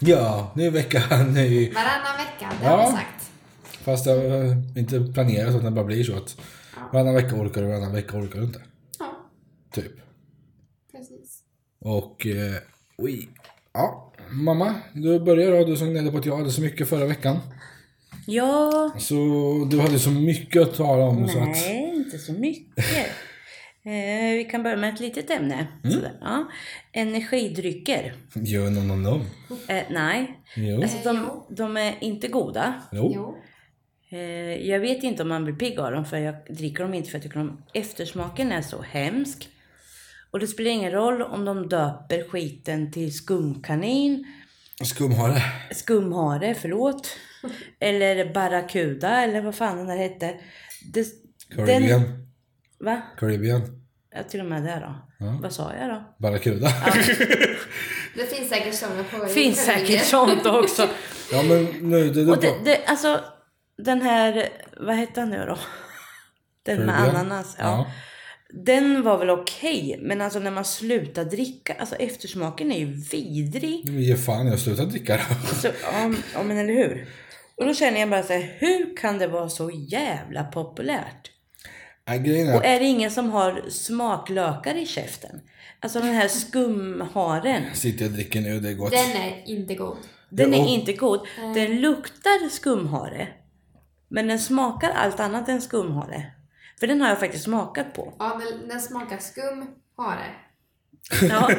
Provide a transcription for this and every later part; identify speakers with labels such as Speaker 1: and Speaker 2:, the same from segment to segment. Speaker 1: Ja, ny vecka, ny...
Speaker 2: Varannan vecka, det
Speaker 1: Ja.
Speaker 2: har vi sagt.
Speaker 1: Fast det har inte planerat utan det bara blir så att varannan vecka orkar du, varannan vecka orkar du inte.
Speaker 2: Ja,
Speaker 1: Typ.
Speaker 2: precis.
Speaker 1: Och... Eh, oj. Ja, mamma, du börjar då. Du som gnällde på att jag hade så mycket förra veckan.
Speaker 3: Ja,
Speaker 1: Så du hade så mycket att tala om så att...
Speaker 3: nej, inte så mycket. Eh, vi kan börja med ett litet ämne. Sådär, ja. Energidrycker.
Speaker 1: Jo, no, no, no.
Speaker 3: Eh, nej,
Speaker 1: Jo.
Speaker 3: alltså de, de är inte goda.
Speaker 1: Jo.
Speaker 2: Jo.
Speaker 3: Eh, jag vet inte om man blir pigg av dem för jag dricker dem inte för jag tycker om eftersmaken är så hemsk. Och det spelar ingen roll om de döper skiten till skumkanin,
Speaker 1: Skumhare.
Speaker 3: skumhare, förlåt, eller barracuda eller vad fan den där hette. Det,
Speaker 1: Caribbean.
Speaker 3: Den, va?
Speaker 1: Caribbean.
Speaker 3: Ja, till och med det då. Vad sa jag då?
Speaker 1: Barracuda.
Speaker 2: Det finns säkert sådana på
Speaker 3: finns
Speaker 2: på
Speaker 3: säkert
Speaker 2: videor.
Speaker 3: sånt också.
Speaker 1: Ja, men nu... Det,
Speaker 3: Och
Speaker 1: det,
Speaker 3: det, det, alltså, den här, vad hette han nu då? Den med
Speaker 1: Caribbean.
Speaker 3: ananas. Ja.
Speaker 1: Ja.
Speaker 3: Den var väl okej, men alltså när man slutar dricka, alltså eftersmaken är ju vidrig.
Speaker 1: Nu ger fan jag slutar dricka då.
Speaker 3: Så, ja, ja, men eller hur? Och då känner jag bara så här, hur kan det vara så jävla populärt?
Speaker 1: Nej, grejen är
Speaker 3: Och är det ingen som har smaklökar i käften? Alltså den här skumharen.
Speaker 1: Sitter jag och dricker nu, det är gott.
Speaker 2: Den är inte god.
Speaker 3: Den
Speaker 1: Ja,
Speaker 3: är
Speaker 1: och-
Speaker 3: inte god. Den luktar skumhare. Men den smakar allt annat än skumhare. För den har jag faktiskt smakat på.
Speaker 2: Ja, den, den smakar skum hare.
Speaker 3: Ja.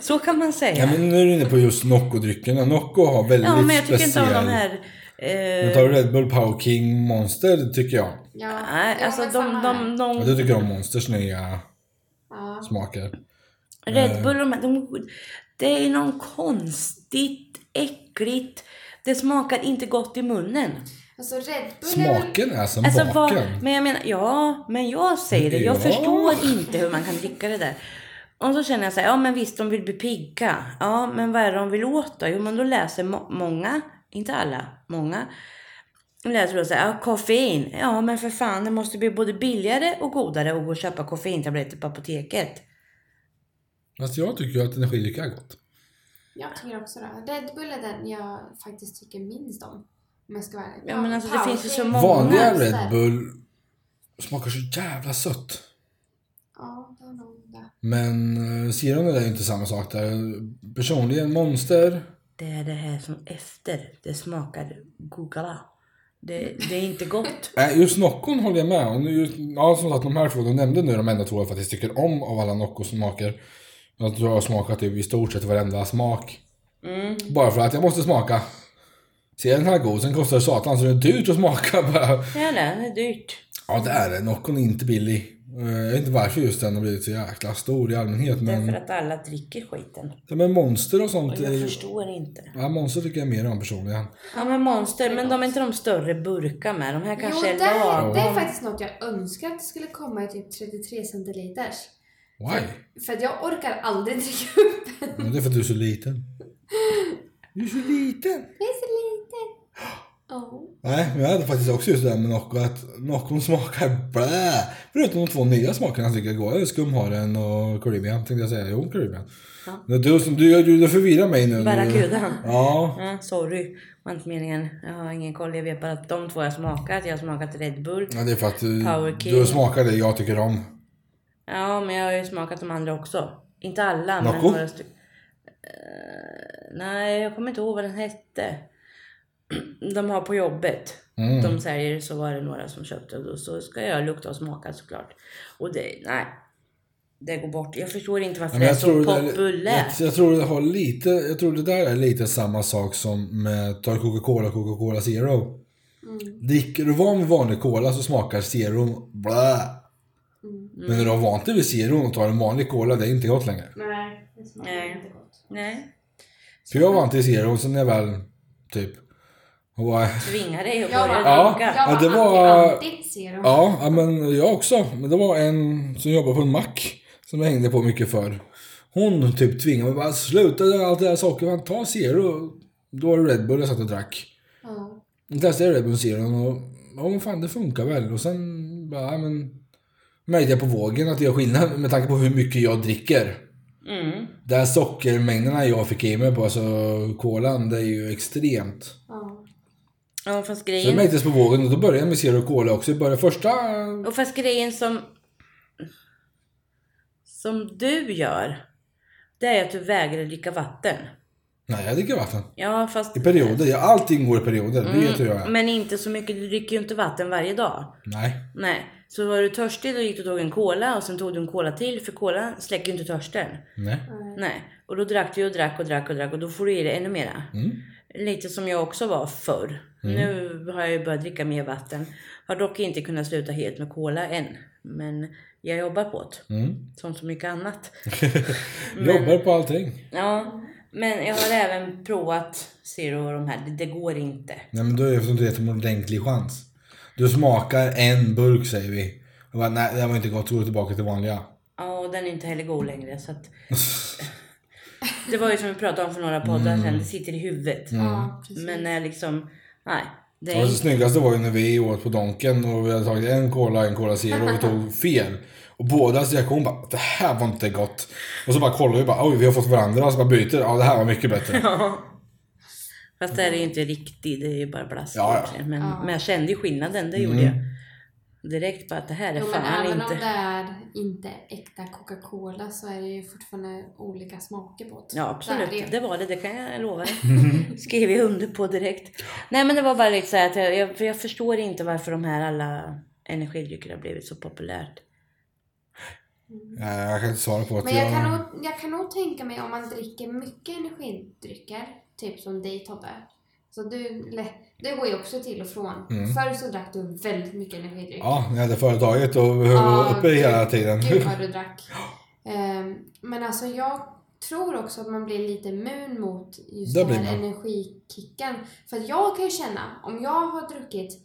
Speaker 3: Så kan man säga.
Speaker 1: Ja, men nu är du inne på just Nocco-dryckerna. Nocco har väldigt
Speaker 3: Ja, men jag tycker
Speaker 1: speciell...
Speaker 3: inte om de här... Eh,
Speaker 1: Nu tar du Red Bull Power King Monster, tycker jag.
Speaker 2: Ja,
Speaker 3: nej,
Speaker 2: ja,
Speaker 3: alltså
Speaker 2: men
Speaker 3: de,
Speaker 2: samma här.
Speaker 3: de,
Speaker 1: Ja,
Speaker 3: de,
Speaker 1: du tycker om Monsters nya
Speaker 2: Ja.
Speaker 3: Mm.
Speaker 1: smaker.
Speaker 3: Red Bull och de, här, de Det är någon konstigt, äckligt. Det smakar inte gott i munnen.
Speaker 2: Alltså Red Bull är väl-
Speaker 1: Smaken är som
Speaker 3: Alltså,
Speaker 1: baken.
Speaker 3: vad, men jag menar, ja, men jag säger det. Jag
Speaker 1: Ja.
Speaker 3: förstår inte hur man kan dricka det där. Och så känner jag så här, ja men visst de vill bli pigga. Ja, men vad är det de vill åt då? Jo, men då läser må- många, inte alla, många. De läser då så här, ja, koffein. Ja, men för fan, det måste bli både billigare och godare att gå och köpa koffeintabletter på apoteket.
Speaker 1: Fast jag tycker ju att energidryck är gott.
Speaker 2: Jag tycker också det. Red Bull är den jag faktiskt tycker minst om. Om jag ska vara ärlig.
Speaker 3: Ja, men alltså, det
Speaker 2: Power
Speaker 3: finns ju så
Speaker 2: King.
Speaker 3: många.
Speaker 1: Vanliga
Speaker 2: Monster.
Speaker 1: Red Bull smakar så jävla sött.
Speaker 2: Ja, det är nog det.
Speaker 1: Men eh, Ciron är ju inte samma sak där. Personligen, Monster.
Speaker 3: Det är det här som efter, det smakar gugala. Det, det är inte gott.
Speaker 1: Nej, just Noccon håller jag med om. Just- Ja, som sagt, de här två du nämnde nu, de enda två jag faktiskt tycker om av alla Noccos smaker. Jag tror jag har smakat typ i stort sett varenda smak. Bara för att jag måste smaka. Ser den här god, sen kostar det satan så det är dyrt att smaka bara.
Speaker 3: Ja, det är dyrt.
Speaker 1: Ja, det är det. Noccon är inte billig. Eh, Jag vet inte varför just den har blivit så jäkla stor i allmänhet, men...
Speaker 3: Därför att alla dricker skiten.
Speaker 1: Ja, men Monster och sånt.
Speaker 3: Och jag
Speaker 1: är-
Speaker 3: förstår inte.
Speaker 1: Ja, Monster tycker jag mer om personligen.
Speaker 3: Ja men monster, men de är inte de större burkar med. De här
Speaker 2: Jo,
Speaker 3: kanske
Speaker 2: det,
Speaker 3: är lagom.
Speaker 2: det är faktiskt något jag önskar att det skulle komma i typ 33 centiliters.
Speaker 1: Why?
Speaker 2: För att jag orkar aldrig dricka upp.
Speaker 1: Men det är för att du är så liten. Du är så liten!
Speaker 2: Det är så lite. Ja.
Speaker 1: Nej, men jag hade faktiskt också just det där med Nocco att Noccon smakar blä. Förutom de två nya smakerna tycker jag går. Skumharen och Caribbean tänkte jag säga. Jo, Caribbean. Men Du, som- du, du, du förvirrar mig nu.
Speaker 3: Barracudan.
Speaker 1: Ja.
Speaker 3: Ja, sorry, var inte meningen. Jag har ingen koll. Jag vet bara att de två jag smakat. Jag har smakat Red Bull.
Speaker 1: ja, det är för att du,
Speaker 3: Power King.
Speaker 1: du smakar det jag tycker om.
Speaker 3: Ja, men jag har ju smakat de andra också. Inte alla, men
Speaker 1: Nocco?
Speaker 3: några stycken. Eh, nej, jag kommer inte ihåg vad den hette. De har på jobbet.
Speaker 1: Mm.
Speaker 3: De säljer, så var det några som köpte och då så ska jag lukta och smaka såklart. Och det, nej. Det går bort. Jag förstår inte varför
Speaker 1: Ja,
Speaker 3: det
Speaker 1: men
Speaker 3: är
Speaker 1: jag,
Speaker 3: så
Speaker 1: tror det
Speaker 3: populärt.
Speaker 1: där, jag, jag, tror det har lite, jag tror det där är lite samma sak som med tar Coca-Cola och Coca-Cola Zero.
Speaker 3: Mm,
Speaker 1: Dricker du van vid vanlig cola så smakar Zero blä.
Speaker 3: mm.
Speaker 1: Men när du har vant dig vid Zero och tar en vanlig cola, det är inte gott längre.
Speaker 2: Nej, det smakar
Speaker 3: Nej.
Speaker 2: inte gott.
Speaker 3: Nej,
Speaker 1: För jag var inte i Zero, sen när jag väl typ... Och, bara-
Speaker 3: tvinga dig att
Speaker 2: Jag
Speaker 3: börja
Speaker 2: var-
Speaker 3: dricka.
Speaker 1: Ja,
Speaker 2: Jag
Speaker 1: det
Speaker 2: var,
Speaker 1: var-
Speaker 2: anti, anti zero.
Speaker 1: ja, ja, men jag också. Men det var en som jobbade på en mack som jag hängde på mycket för. Hon typ tvingade mig bara sluta med allt det där sockret, ta Zero. Då var det Red Bull jag satt och drack.
Speaker 2: Ja.
Speaker 1: Jag testade Red Bull Zero och ja men fan det funkar väl. Och sen bara, ja, men märkte jag på vågen att det gör skillnad med tanke på hur mycket jag dricker.
Speaker 3: Mm.
Speaker 1: Den sockermängderna jag fick i mig på, alltså kolan, det är ju extremt.
Speaker 2: Ja.
Speaker 3: Ja, fast
Speaker 1: Så det
Speaker 3: grejen,
Speaker 1: märktes på vågen och då började jag med Zero Cola också. Jag började första...
Speaker 3: och fast grejen som, som du gör, det är att du vägrar dricka vatten.
Speaker 1: Nej, jag dricker vatten.
Speaker 3: Ja, fast Mm,
Speaker 1: I perioder. Jag- Allting går i perioder. Det
Speaker 2: Mm.
Speaker 1: vet du hur jag är.
Speaker 3: Men inte så mycket, du dricker ju inte vatten varje dag.
Speaker 1: Nej.
Speaker 3: Nej, så var du törstig då gick du och tog en cola och sen tog du en cola till för cola släcker ju inte törsten.
Speaker 1: Nej.
Speaker 3: Nej, och då drack du och drack och drack och drack och då får du i dig ännu mera.
Speaker 1: Mm.
Speaker 3: Lite som jag också var förr. Nu har jag ju börjat dricka mer vatten. Har dock inte kunnat sluta helt med cola än. Men jag jobbar på det.
Speaker 1: Mm.
Speaker 3: Som så mycket annat.
Speaker 2: Mm.
Speaker 1: Jobbar på allting.
Speaker 3: Ja, men jag har även provat Zero och de här. Det, det går inte.
Speaker 1: Nej men då är det för att du gett dem en ordentlig chans. Du smakar en burk säger vi. Och bara, nej det här var inte gott, så går du tillbaka till vanliga.
Speaker 3: Ja, och den är inte heller god längre. Så att... Det var ju som vi pratade om för några poddar
Speaker 1: Mm.
Speaker 3: sedan. Det sitter i huvudet.
Speaker 2: Ja, precis.
Speaker 3: Men när liksom, nej. Det
Speaker 1: Och
Speaker 3: är
Speaker 1: det snyggaste var ju när vi åt på Donken och vi hade tagit en cola, en cola zero och vi tog fel. Och båda så jag kom och bara, det här var inte gott. Och så bara kollar vi bara, oj vi har fått varandra och så bara byter, ja det här var mycket bättre.
Speaker 3: Ja. Fast det här är ju inte riktigt, det är ju bara blask
Speaker 1: Ja, Mm. ja.
Speaker 3: egentligen. Men,
Speaker 2: Ja.
Speaker 3: men jag kände ju skillnaden, det gjorde jag. Direkt på att det här är
Speaker 2: Jo, men
Speaker 3: fan
Speaker 2: även
Speaker 3: inte...
Speaker 2: om det är inte äkta Coca-Cola så är det ju fortfarande olika smaker på det.
Speaker 3: Ja absolut,
Speaker 2: Det är
Speaker 3: det var det, det kan jag lova dig.
Speaker 1: Mm.
Speaker 3: Skrev jag under på direkt. Nej men det var bara lite så här att jag, jag, för jag förstår inte varför de här alla energidrycker har blivit så populärt.
Speaker 1: Nej, Jag kan inte svara på att
Speaker 2: Men jag kan, nog, jag kan nog tänka mig om man dricker mycket energidrycker, typ som dig Tobbe. Så du, lä- det går ju också till och från.
Speaker 1: Mm.
Speaker 2: Förr så drack du väldigt mycket energidryck.
Speaker 1: Ja, ni hade företaget och höll
Speaker 2: Ja,
Speaker 1: uppe hela
Speaker 2: gud-
Speaker 1: tiden.
Speaker 2: Gud vad du drack. Ehm, men alltså jag tror också att man blir lite immun mot just
Speaker 1: Det
Speaker 2: den
Speaker 1: blir
Speaker 2: här
Speaker 1: man.
Speaker 2: energikicken. För att jag kan ju känna, om jag har druckit,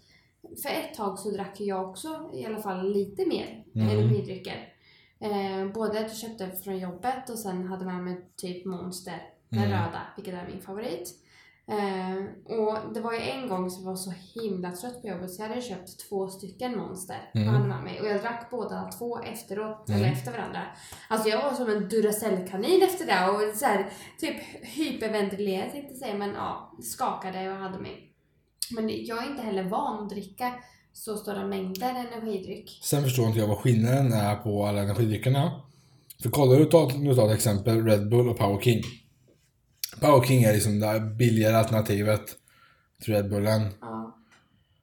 Speaker 2: för ett tag så drack ju jag också i alla fall lite mer
Speaker 1: Mm.
Speaker 2: energidrycker. Ehm, både att jag köpte från jobbet och sen hade man med typ Monster, den
Speaker 1: Mm.
Speaker 2: röda, vilket är min favorit. Ehm, och det var ju en gång som jag var så himla trött på jobbet så jag hade köpt två stycken Monster
Speaker 1: Mm.
Speaker 2: och hade med mig. Och jag drack båda två efteråt, eller
Speaker 1: Mm.
Speaker 2: efter varandra. Alltså jag var som en Duracell-kanin efter det och så här, typ hyperventilerade tänkte jag säga, men ja, skakade och hade mig. Men jag är inte heller van att dricka så stora mängder energidryck.
Speaker 1: Sen förstår inte jag vad skillnaden är på alla energidryckerna. För kollar du ta, nu tar ett exempel Red Bull och Power King. Power King är liksom det billigare alternativet till Red Bullen.
Speaker 2: Ja.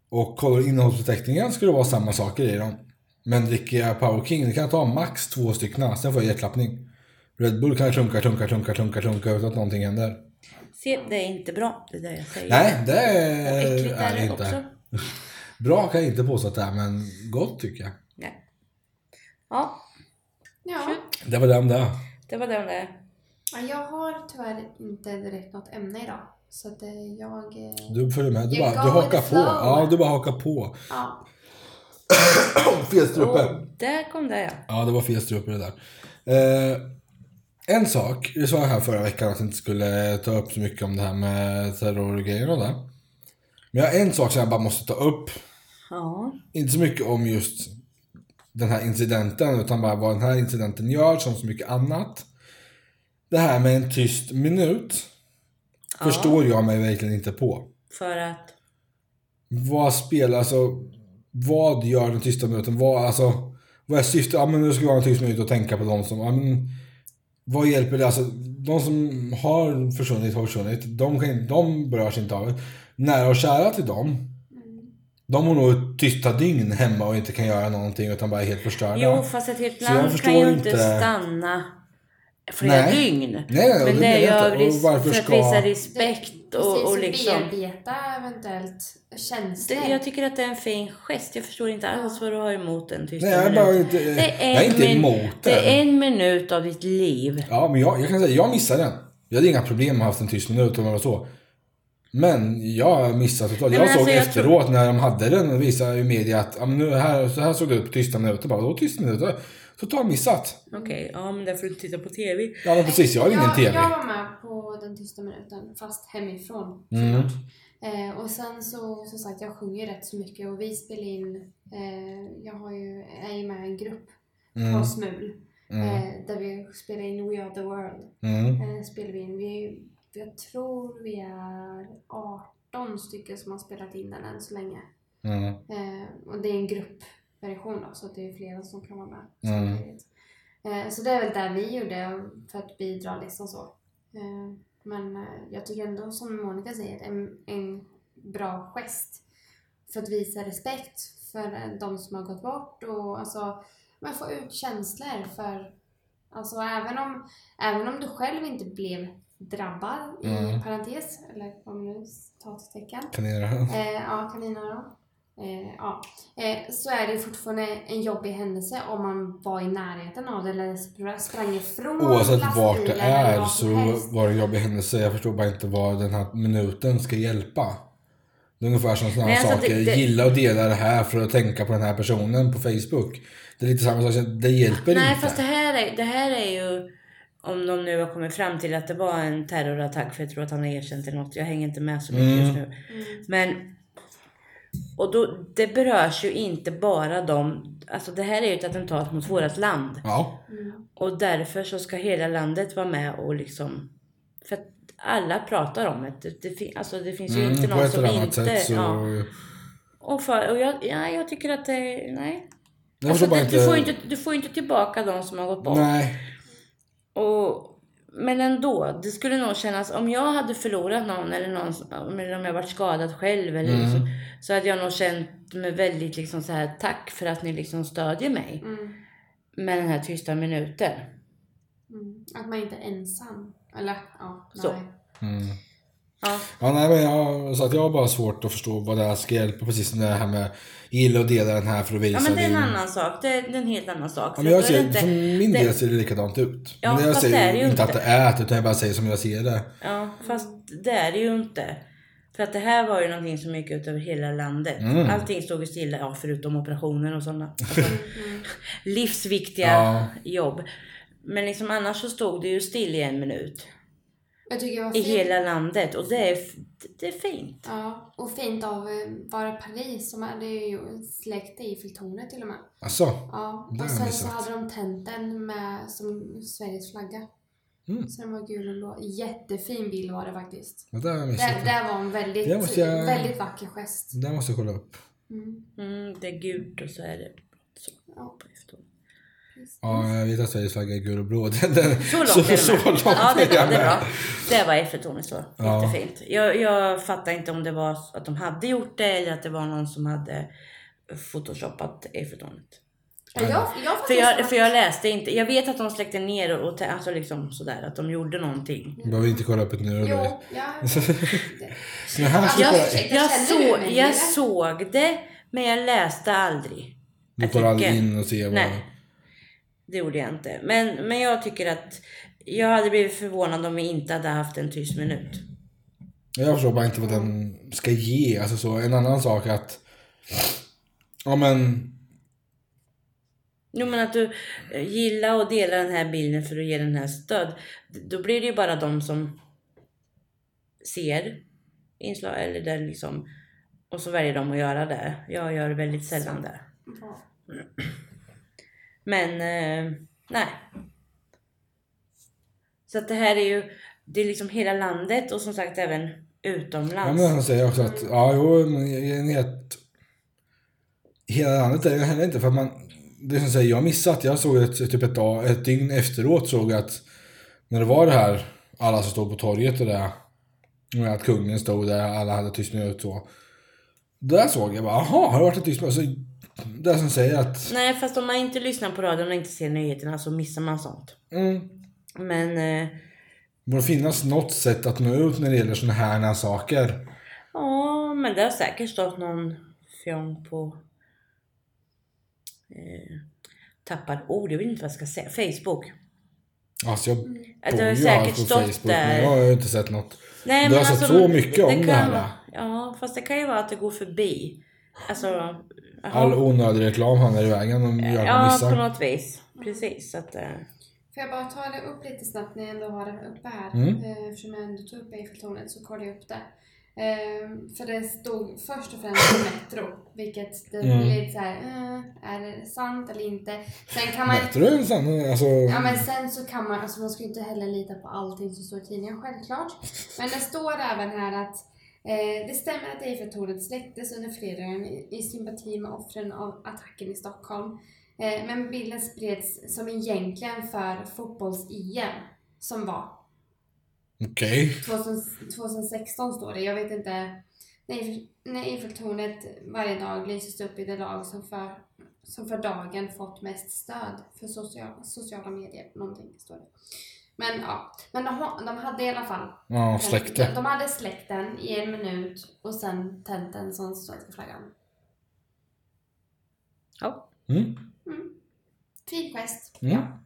Speaker 1: Och kollar du innehållsförteckningen ska det vara samma saker i dem. Men dricker jag Power King, det kan jag ta max två stycken, sen får jag hjärtklappning. Red Bull kan jag klunka, klunka, klunka, klunka, klunka utan att någonting händer.
Speaker 3: Se, det är inte bra, det är det jag säger.
Speaker 1: Nej, det
Speaker 3: Och
Speaker 1: är,
Speaker 3: äckligt är
Speaker 1: är
Speaker 3: det
Speaker 1: det
Speaker 3: också.
Speaker 1: Eh, inte. Bra kan jag inte påstå att det är, men gott tycker jag.
Speaker 3: Nej. Ja,
Speaker 2: ja.
Speaker 1: Det var det om det.
Speaker 3: det var det om det.
Speaker 2: Ja, Jag har tyvärr inte direkt något ämne idag. Så att eh, jag... eh,
Speaker 1: Du följer med, du
Speaker 2: You
Speaker 1: bara,
Speaker 2: go
Speaker 1: du hakar
Speaker 2: with the
Speaker 1: på.
Speaker 2: flow.
Speaker 1: Ja, du bara hakar på.
Speaker 2: Ja.
Speaker 1: fel strupe.
Speaker 3: Och där kom det ja.
Speaker 1: Ja, det var fel strupe det där. Eh, en sak, jag sa här förra veckan att jag inte skulle ta upp så mycket om det här med terrorgrejer och det. Men jag har en sak som jag bara måste ta upp.
Speaker 3: Ja.
Speaker 1: Inte så mycket om just den här incidenten, utan bara vad den här incidenten gör som så mycket annat. Det här med en tyst minut förstår jag mig verkligen inte på.
Speaker 3: För att
Speaker 1: Vad spelar, alltså vad gör den tysta minuten? Vad, alltså, vad är syftet? Ja men nu ska vi ha en tyst minut och tänka på de som, ja men vad hjälper det? Alltså de som har försvunnit har försvunnit. De, kan, de berörs inte av det. Nära och kära till dem,
Speaker 2: Mm.
Speaker 1: de har nog tysta dygn hemma och inte kan göra någonting utan bara är helt förstörda.
Speaker 3: Jo, fast ett helt
Speaker 1: Så jag
Speaker 3: land
Speaker 1: förstår
Speaker 3: kan ju inte
Speaker 1: inte-
Speaker 3: stanna flera
Speaker 1: Nej.
Speaker 3: dygn.
Speaker 1: nej, och det
Speaker 3: men det
Speaker 1: menar
Speaker 3: är ju
Speaker 1: jag
Speaker 3: av
Speaker 1: inte. Och
Speaker 3: ris-
Speaker 1: varför
Speaker 3: för att
Speaker 1: ska-
Speaker 3: visa respekt och,
Speaker 2: Precis,
Speaker 3: och liksom...
Speaker 2: bearbeta eventuellt
Speaker 3: Det,
Speaker 2: känslor.
Speaker 3: jag tycker att det är en fin gest. Jag förstår inte alls vad du har emot den tysta
Speaker 1: Nej, jag är
Speaker 3: minuten.
Speaker 1: bara inte, jag är inte
Speaker 3: min-
Speaker 1: emot det.
Speaker 3: Det är en minut av ditt liv.
Speaker 1: Ja, men jag, jag kan säga, jag missade den. Jag hade inga problem med att ha haft en tyst minut eller något så. Men jag missade totalt.
Speaker 3: Nej,
Speaker 1: Jag
Speaker 3: men
Speaker 1: såg
Speaker 3: alltså, jag
Speaker 1: efteråt när de hade den och visade i media att ja, men nu här, så här såg det ut på tysta minuter. Bara, då tysta minuter? Totalt missat.
Speaker 3: Okej, ja men därför du inte titta på TV.
Speaker 1: Ja, men precis. Jag har ingen TV.
Speaker 2: Jag var med på den tysta minuten, fast hemifrån.
Speaker 1: Mm.
Speaker 2: Eh, och sen så, som sagt, jag sjunger ju rätt så mycket och vi spelar in, eh, jag har ju, är ju med i en grupp på
Speaker 1: Mm.
Speaker 2: Smul. eh, där vi spelar in We Are The World.
Speaker 1: Mm.
Speaker 2: Eh, spelar vi in. Vi, jag tror vi är 18 stycken som har spelat in den än så länge.
Speaker 1: Mm.
Speaker 2: Eh, och det är en gruppversion då, så att det är flera som kan vara med
Speaker 1: Mm.
Speaker 2: samtidigt. Eh, så det är väl där vi gjorde för att bidra liksom så. Eh, men eh, jag tycker ändå som Monica säger, en, en bra gest för att visa respekt för eh, de som har gått bort och alltså, man får ut känslor för Alltså även om, även om du själv inte blev drabbad i
Speaker 1: Mm.
Speaker 2: parentes, eller om nu citattecken,
Speaker 1: Kaninöron.
Speaker 2: Eh, ja, kaninöron. Eh, ja. eh, så är det fortfarande en jobbig händelse om man var i närheten av det eller spr- sprang ifrån
Speaker 1: Oavsett
Speaker 2: lastbilen
Speaker 1: vart det
Speaker 2: eller
Speaker 1: är
Speaker 2: vad
Speaker 1: så
Speaker 2: som helst.
Speaker 1: var det en jobbig händelse. Jag förstår bara inte vad den här minuten ska hjälpa. Det är ungefär som sådana
Speaker 3: Nej, alltså,
Speaker 1: saker.
Speaker 3: det- det-
Speaker 1: Gilla och dela det här för att tänka på den här personen på Facebook. Det är lite samma sak. Det hjälper
Speaker 3: Nej,
Speaker 1: inte.
Speaker 3: fast det här, är, det här är ju... Om de nu har kommit fram till att det var en terrorattack, för jag tror att han har erkänt till något. Jag hänger inte med så mycket
Speaker 1: Mm.
Speaker 3: just nu.
Speaker 2: Mm.
Speaker 3: Men... Och då, det berörs ju inte bara de... Alltså det här är ju ett attentat mot vårt land.
Speaker 1: Ja.
Speaker 2: Mm.
Speaker 3: Och därför så ska hela landet vara med och liksom... För att alla pratar om det. det, det fin, alltså det finns ju
Speaker 1: Mm,
Speaker 3: inte
Speaker 1: på
Speaker 3: någon
Speaker 1: ett
Speaker 3: som
Speaker 1: eller annat
Speaker 3: inte...
Speaker 1: sätt så...
Speaker 3: Ja. Och, för, och jag, ja, jag tycker att det... Nej.
Speaker 1: Jag
Speaker 3: Alltså,
Speaker 1: förstår bara
Speaker 3: du,
Speaker 1: inte...
Speaker 3: du, får inte, du får inte tillbaka de som har gått bort.
Speaker 1: Nej.
Speaker 3: Och, men ändå, det skulle nog kännas... Om jag hade förlorat någon eller, någon, som- eller om jag varit skadad själv eller
Speaker 1: Mm.
Speaker 3: liksom, så hade jag nog känt mig väldigt liksom så här tack för att ni liksom stödjer mig
Speaker 2: Mm.
Speaker 3: med den här tysta minuten.
Speaker 2: Mm. Att man inte är ensam. Eller ja,
Speaker 3: Så.
Speaker 2: nej.
Speaker 1: Mm.
Speaker 3: Ja.
Speaker 1: Ja, nej, men jag, så att jag har bara svårt att förstå vad det här ska hjälpa. Precis som det här med gilla och dela den här för att visa
Speaker 3: Ja men det är en
Speaker 1: din-
Speaker 3: annan sak. Det är det är en helt annan sak.
Speaker 1: Ja,
Speaker 3: För
Speaker 1: men jag
Speaker 3: då är det
Speaker 1: ser, Mm.
Speaker 3: inte-
Speaker 1: För min
Speaker 3: det-
Speaker 1: del ser det likadant ut.
Speaker 3: Ja,
Speaker 1: men jag
Speaker 3: fast det är
Speaker 1: säger
Speaker 3: det ju
Speaker 1: inte att
Speaker 3: inte.
Speaker 1: det är det, utan jag bara säger som jag ser det.
Speaker 3: Ja, fast det är det ju inte. För att det här var ju någonting som gick ut över hela landet.
Speaker 1: Mm.
Speaker 3: Allting stod ju stilla, ja, förutom operationer och sådana alltså,
Speaker 2: Mm.
Speaker 3: livsviktiga
Speaker 1: Ja.
Speaker 3: jobb. Men liksom annars så stod det ju still i en minut.
Speaker 2: Jag tycker det var
Speaker 3: I
Speaker 2: fint.
Speaker 3: hela landet och det är, f- det är fint.
Speaker 2: Ja, och fint av eh, var det Paris som hade ju släckt Eiffeltornet till och med.
Speaker 1: Alltså,
Speaker 2: Ja,
Speaker 1: Det har
Speaker 2: och
Speaker 1: jag
Speaker 2: sen så
Speaker 1: missat.
Speaker 2: hade de tänt den med som Sveriges flagga.
Speaker 1: Mm.
Speaker 2: Så den var gul och blå. Jättefin bild var det faktiskt.
Speaker 1: det där har jag missat.
Speaker 2: Det, det var en
Speaker 1: Det
Speaker 2: väldigt,
Speaker 1: måste jag-
Speaker 2: väldigt vacker gest.
Speaker 1: Det där måste jag kolla upp.
Speaker 2: Mm.
Speaker 3: Mm, det är gult och så är det så.
Speaker 2: Ja.
Speaker 3: på efterhand.
Speaker 1: Ja, jag vet att Sveriges flagga är gul och blå. Det, det,
Speaker 3: Så långt
Speaker 1: så,
Speaker 3: är det med.
Speaker 1: så långt
Speaker 3: Ja, det är bra.
Speaker 1: jag
Speaker 3: Det, är
Speaker 1: med.
Speaker 3: bra. det var Eiffeltornet så.
Speaker 1: Ja.
Speaker 3: Jättefint. Jag, jag fattar inte om det var så att de hade gjort det eller att det var någon som hade photoshoppat Eiffeltornet.
Speaker 2: Ja, jag, jag
Speaker 3: För jag,
Speaker 2: faktiskt-
Speaker 3: för jag läste inte. Jag vet att de släckte ner och, och tä- alltså liksom sådär att de gjorde någonting.
Speaker 1: Du behöver inte kolla upp ett nu.
Speaker 2: Jo,
Speaker 1: eller?
Speaker 2: ja.
Speaker 1: Men här ska
Speaker 3: Jag,
Speaker 2: Ja,
Speaker 1: jag, kolla,
Speaker 2: ursäkta,
Speaker 3: jag,
Speaker 2: känner du
Speaker 3: såg,
Speaker 2: mig, eller?
Speaker 3: jag såg det men jag läste aldrig.
Speaker 1: du kollar aldrig
Speaker 3: artikeln.
Speaker 1: in och ser vad...
Speaker 3: Nej. Det gjorde jag inte. Men, men jag tycker att jag hade blivit förvånad om vi inte hade haft en tyst minut.
Speaker 1: Jag förstår bara inte vad den ska ge. Alltså så, en annan sak är att... Ja men...
Speaker 3: Jo men att du eh, gillar och delar den här bilden för att ge den här stöd. D- Då blir det ju bara de som ser inslag eller där liksom och så väljer de att göra det. Jag gör väldigt sällan det.
Speaker 2: Ja.
Speaker 3: Men eh, nej. Så att det här är ju, det är liksom hela landet och som sagt även
Speaker 1: Ja,
Speaker 3: utomlands.
Speaker 1: men han säger också att, ja jo, men enhet... Hela landet är det heller inte för att man... Det som säger, jag har missat. Jag såg ett, typ ett, dag, ett dygn efteråt såg jag att när det var det här, alla som stod på torget och det, och att kungen stod där, alla hade tyst minut så. Där såg jag bara, aha, har det varit ett tyst minut? Så det som säger att,
Speaker 3: Nej fast om man inte lyssnar på radion och inte ser nyheterna så missar man sånt.
Speaker 1: mm,
Speaker 3: Men eh,
Speaker 1: det borde finnas något sätt att nå ut när det gäller sådana här saker.
Speaker 3: Ja, men det har säkert stått någon fjong på... Eh, tappar ord, jag vet inte vad jag ska säga. Facebook.
Speaker 1: Alltså jag
Speaker 3: Det har
Speaker 1: bor ju här
Speaker 3: säkert
Speaker 1: på
Speaker 3: stått
Speaker 1: Facebook, men
Speaker 3: där.
Speaker 1: jag har ju inte sett något.
Speaker 3: Nej, alltså,
Speaker 1: Det har sett så mycket om det här,
Speaker 3: kan-
Speaker 1: va?
Speaker 3: Ja, fast det kan ju vara att det går förbi. Alltså... jaha. Eh,
Speaker 1: All onödig reklam hamnar i vägen och gör att man
Speaker 3: ja, på
Speaker 1: missar.
Speaker 3: något vis. Precis. Så att, eh,
Speaker 2: Får jag bara ta det upp lite snabbt när jag ändå har det uppe här?
Speaker 1: Mm.
Speaker 2: Eh, Eftersom jag ändå tog upp Eiffeltornet så kollade jag upp det. Ehm, för det stod först och främst på Metro, vilket det
Speaker 1: Mm.
Speaker 2: blev lite såhär, eh, är det sant eller inte? Sen kan man
Speaker 1: Mäter du sen? Alltså,
Speaker 2: Ja men sen så kan man, alltså man ska ju inte heller lita på allting som står i tidningen självklart. Men det står även här att eh, det stämmer att Eifert tornet släcktes under fredagen i, i sympati med offren av attacken i Stockholm. Eh, men bilden spreds som egentligen för fotbolls-EM som var
Speaker 1: okej.
Speaker 2: 2000 2016 står det, jag vet inte. När- När Eiffeltornet varje dag lyses upp i det lag som för, som för dagen fått mest stöd för social, sociala medier. Någonting står det. Men ja, men de, ha- de hade i alla fall
Speaker 1: Ja,
Speaker 2: de,
Speaker 1: släkte.
Speaker 2: de hade släckt den i en minut och sen tänt den som svenska flaggan.
Speaker 3: Ja.
Speaker 1: Mm.
Speaker 2: Fin gest.
Speaker 1: Mm.
Speaker 2: Ja.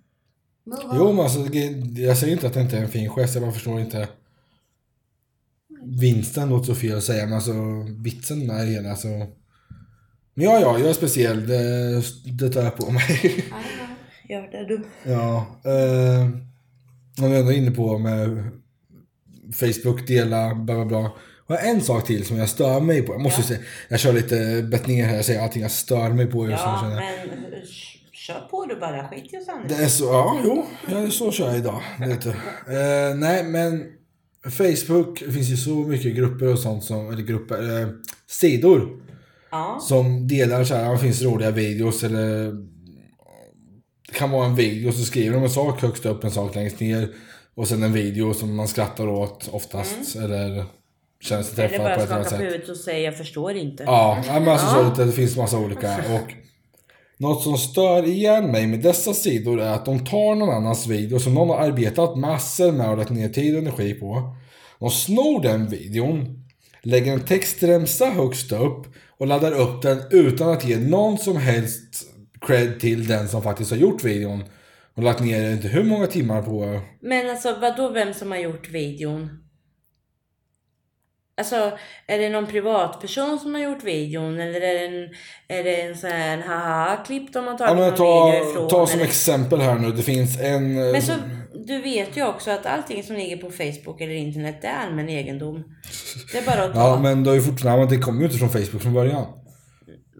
Speaker 2: Move on.
Speaker 1: Jo men alltså, det- jag säger inte att det inte är en fin gest, jag bara förstår inte vinsten låter så fel att säga, men alltså vitsen med det hela. Alltså. Men ja, ja, jag är speciell. Det, det tar jag på mig.
Speaker 2: Ja, det var-
Speaker 3: Gör det du.
Speaker 1: Ja. Eh, om vi ändå är inne på med Facebook, dela, bla bla bla. Och en sak till som jag stör mig på. Jag måste
Speaker 3: Ja.
Speaker 1: säga, jag kör lite bett ner här. Jag säger allting jag stör mig på just nu.
Speaker 3: Ja,
Speaker 1: känner jag.
Speaker 3: men sh- kör på du bara. Skit i oss andra.
Speaker 1: Det är så, ja, jo. Ja, så kör jag idag. det Vet du. Eh, nej, men Facebook det finns ju så mycket grupper och sånt som, eller grupper, eh, sidor.
Speaker 3: Ja.
Speaker 1: som delar så här, det finns roliga videos eller det kan vara en video så skriver de en sak högst upp, en sak längst ner och sen en video som man skrattar åt oftast eller känner sig
Speaker 3: Mm. Eller
Speaker 1: träffad på
Speaker 3: bara
Speaker 1: ett eller annat
Speaker 3: skaka på
Speaker 1: sätt.
Speaker 3: huvudet och säga jag förstår inte.
Speaker 1: Ja, ja, men alltså
Speaker 3: Ja.
Speaker 1: så lite, det finns massa olika och något som stör igen mig med dessa sidor är att de tar någon annans video som någon har arbetat massor med och lagt ner tid och energi på. De snor den videon, lägger en textremsa högst upp och laddar upp den utan att ge någon som helst cred till den som faktiskt har gjort videon. Och lagt ner inte hur många timmar på...
Speaker 3: Men alltså vadå vem som har gjort videon? Alltså är det någon privatperson som har gjort videon eller är det en, är det en sån här haha-klipp de har
Speaker 1: Ja,
Speaker 3: tagit
Speaker 1: men
Speaker 3: någon
Speaker 1: ta,
Speaker 3: video ifrån?
Speaker 1: ta som
Speaker 3: eller?
Speaker 1: exempel här nu, det finns en... eh,
Speaker 3: Men så, du vet ju också att allting som ligger på Facebook eller internet det är allmän egendom. Det är bara att ta.
Speaker 1: Ja, men det, är ju fortfarande, det kommer ju inte från Facebook från början.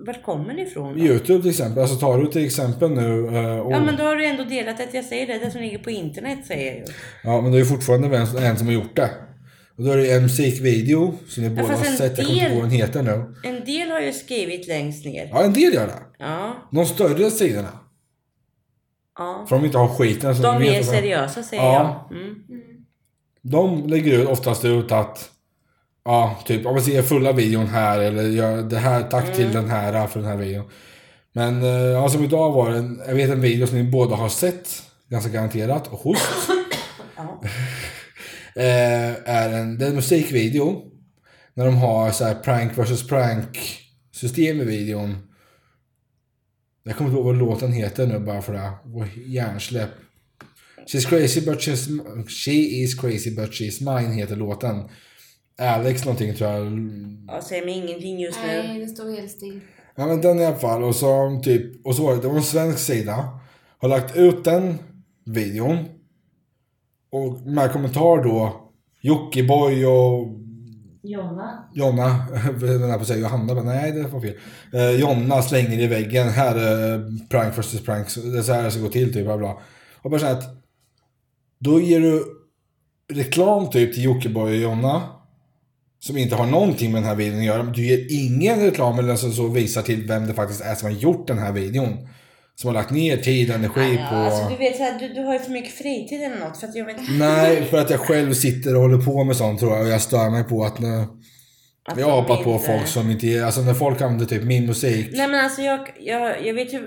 Speaker 3: Vart kommer det ifrån? då?
Speaker 1: Youtube till exempel, alltså tar du till exempel nu... eh, och,
Speaker 3: Ja men då har du ändå delat att jag säger det, det som ligger på internet säger jag ju.
Speaker 1: ja, men det är ju fortfarande en, en som har gjort det. Och då är det ju en musikvideo som ni båda har
Speaker 3: fast en
Speaker 1: sett, jag kommer inte
Speaker 3: del-
Speaker 1: ihåg vad den heter nu.
Speaker 3: En del har ju skrivit längst ner.
Speaker 1: Ja, en del gör det.
Speaker 3: Ja.
Speaker 1: De större sidorna.
Speaker 3: ja.
Speaker 1: För de inte har skiten. så
Speaker 3: De
Speaker 1: vet
Speaker 3: mer
Speaker 1: att-
Speaker 3: seriösa säger
Speaker 1: Ja.
Speaker 3: jag. Mm.
Speaker 2: Mm.
Speaker 1: De lägger ut oftast ut att... Ja, typ om man ser fulla videon här eller gör det här, tack
Speaker 3: Mm.
Speaker 1: till den här för den här videon. Men eh, ja, som idag var det en, jag vet en video som ni båda har sett, ganska garanterat, och host.
Speaker 3: Ja.
Speaker 1: eh, är en, det är en musikvideo. När de har så här prank versus prank system i videon. Jag kommer inte ihåg vad låten heter nu bara för det. Vår hjärnsläpp. She's crazy but she's... She is crazy but she's mine heter låten. Alex någonting tror jag.
Speaker 3: Ja, säger mig ingenting just nu.
Speaker 2: Nej, det stod helt still.
Speaker 1: Ja men den i alla fall. Och så, har de typ, och så var det, det var en svensk sida. Har lagt ut den videon. Och med kommentar då. Jockiboi och
Speaker 3: Jonna.
Speaker 1: Jonna, den här på att säga Johanna, men nej det var fel. Eh, Jonna slänger i väggen, här är prank versus prank, så- det är så här det ska gå till typ, bla bla. Och bara så här att, då ger du reklam typ till Jockiboi och Jonna, som inte har någonting med den här videon att göra. men Du ger ingen reklam eller alltså, så visar till vem det faktiskt är som har gjort den här videon. Som har lagt ner tid och energi
Speaker 3: Ja,
Speaker 1: på...
Speaker 3: alltså, du vet så här, du, du har ju för mycket fritid eller något för att jag vet
Speaker 1: Nej, för att jag själv sitter och håller på med sånt tror jag. Och jag stör mig på att eh, när...
Speaker 3: Att
Speaker 1: jag hoppar
Speaker 3: de
Speaker 1: på
Speaker 3: inte-
Speaker 1: folk som inte... Alltså när folk använder typ min musik.
Speaker 3: Nej men alltså jag, jag, jag vet ju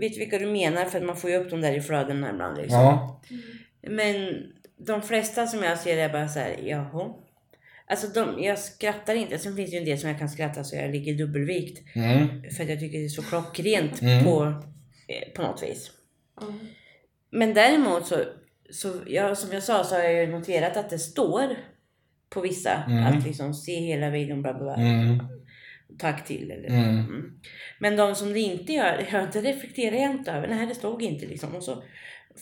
Speaker 3: vet vilka du menar för att man får ju upp dem där i flödena ibland liksom.
Speaker 1: Ja.
Speaker 3: Men de flesta som jag ser är bara så här, jaha. Alltså de, jag skrattar inte. Sen finns det ju en del som jag kan skratta så jag ligger dubbelvikt.
Speaker 1: Mm.
Speaker 3: För att jag tycker det är så klockrent
Speaker 1: Mm.
Speaker 3: på, eh, på något vis.
Speaker 2: Mm.
Speaker 3: Men däremot så, så jag, som jag sa så har jag ju noterat att det står på vissa
Speaker 1: Mm.
Speaker 3: att liksom se hela videon, bla bla bla.
Speaker 1: Mm.
Speaker 3: Tack till eller
Speaker 1: Mm.
Speaker 3: Mm. Men de som det inte gör, jag har inte reflekterat jag inte över. Nej, det stod inte liksom. Och så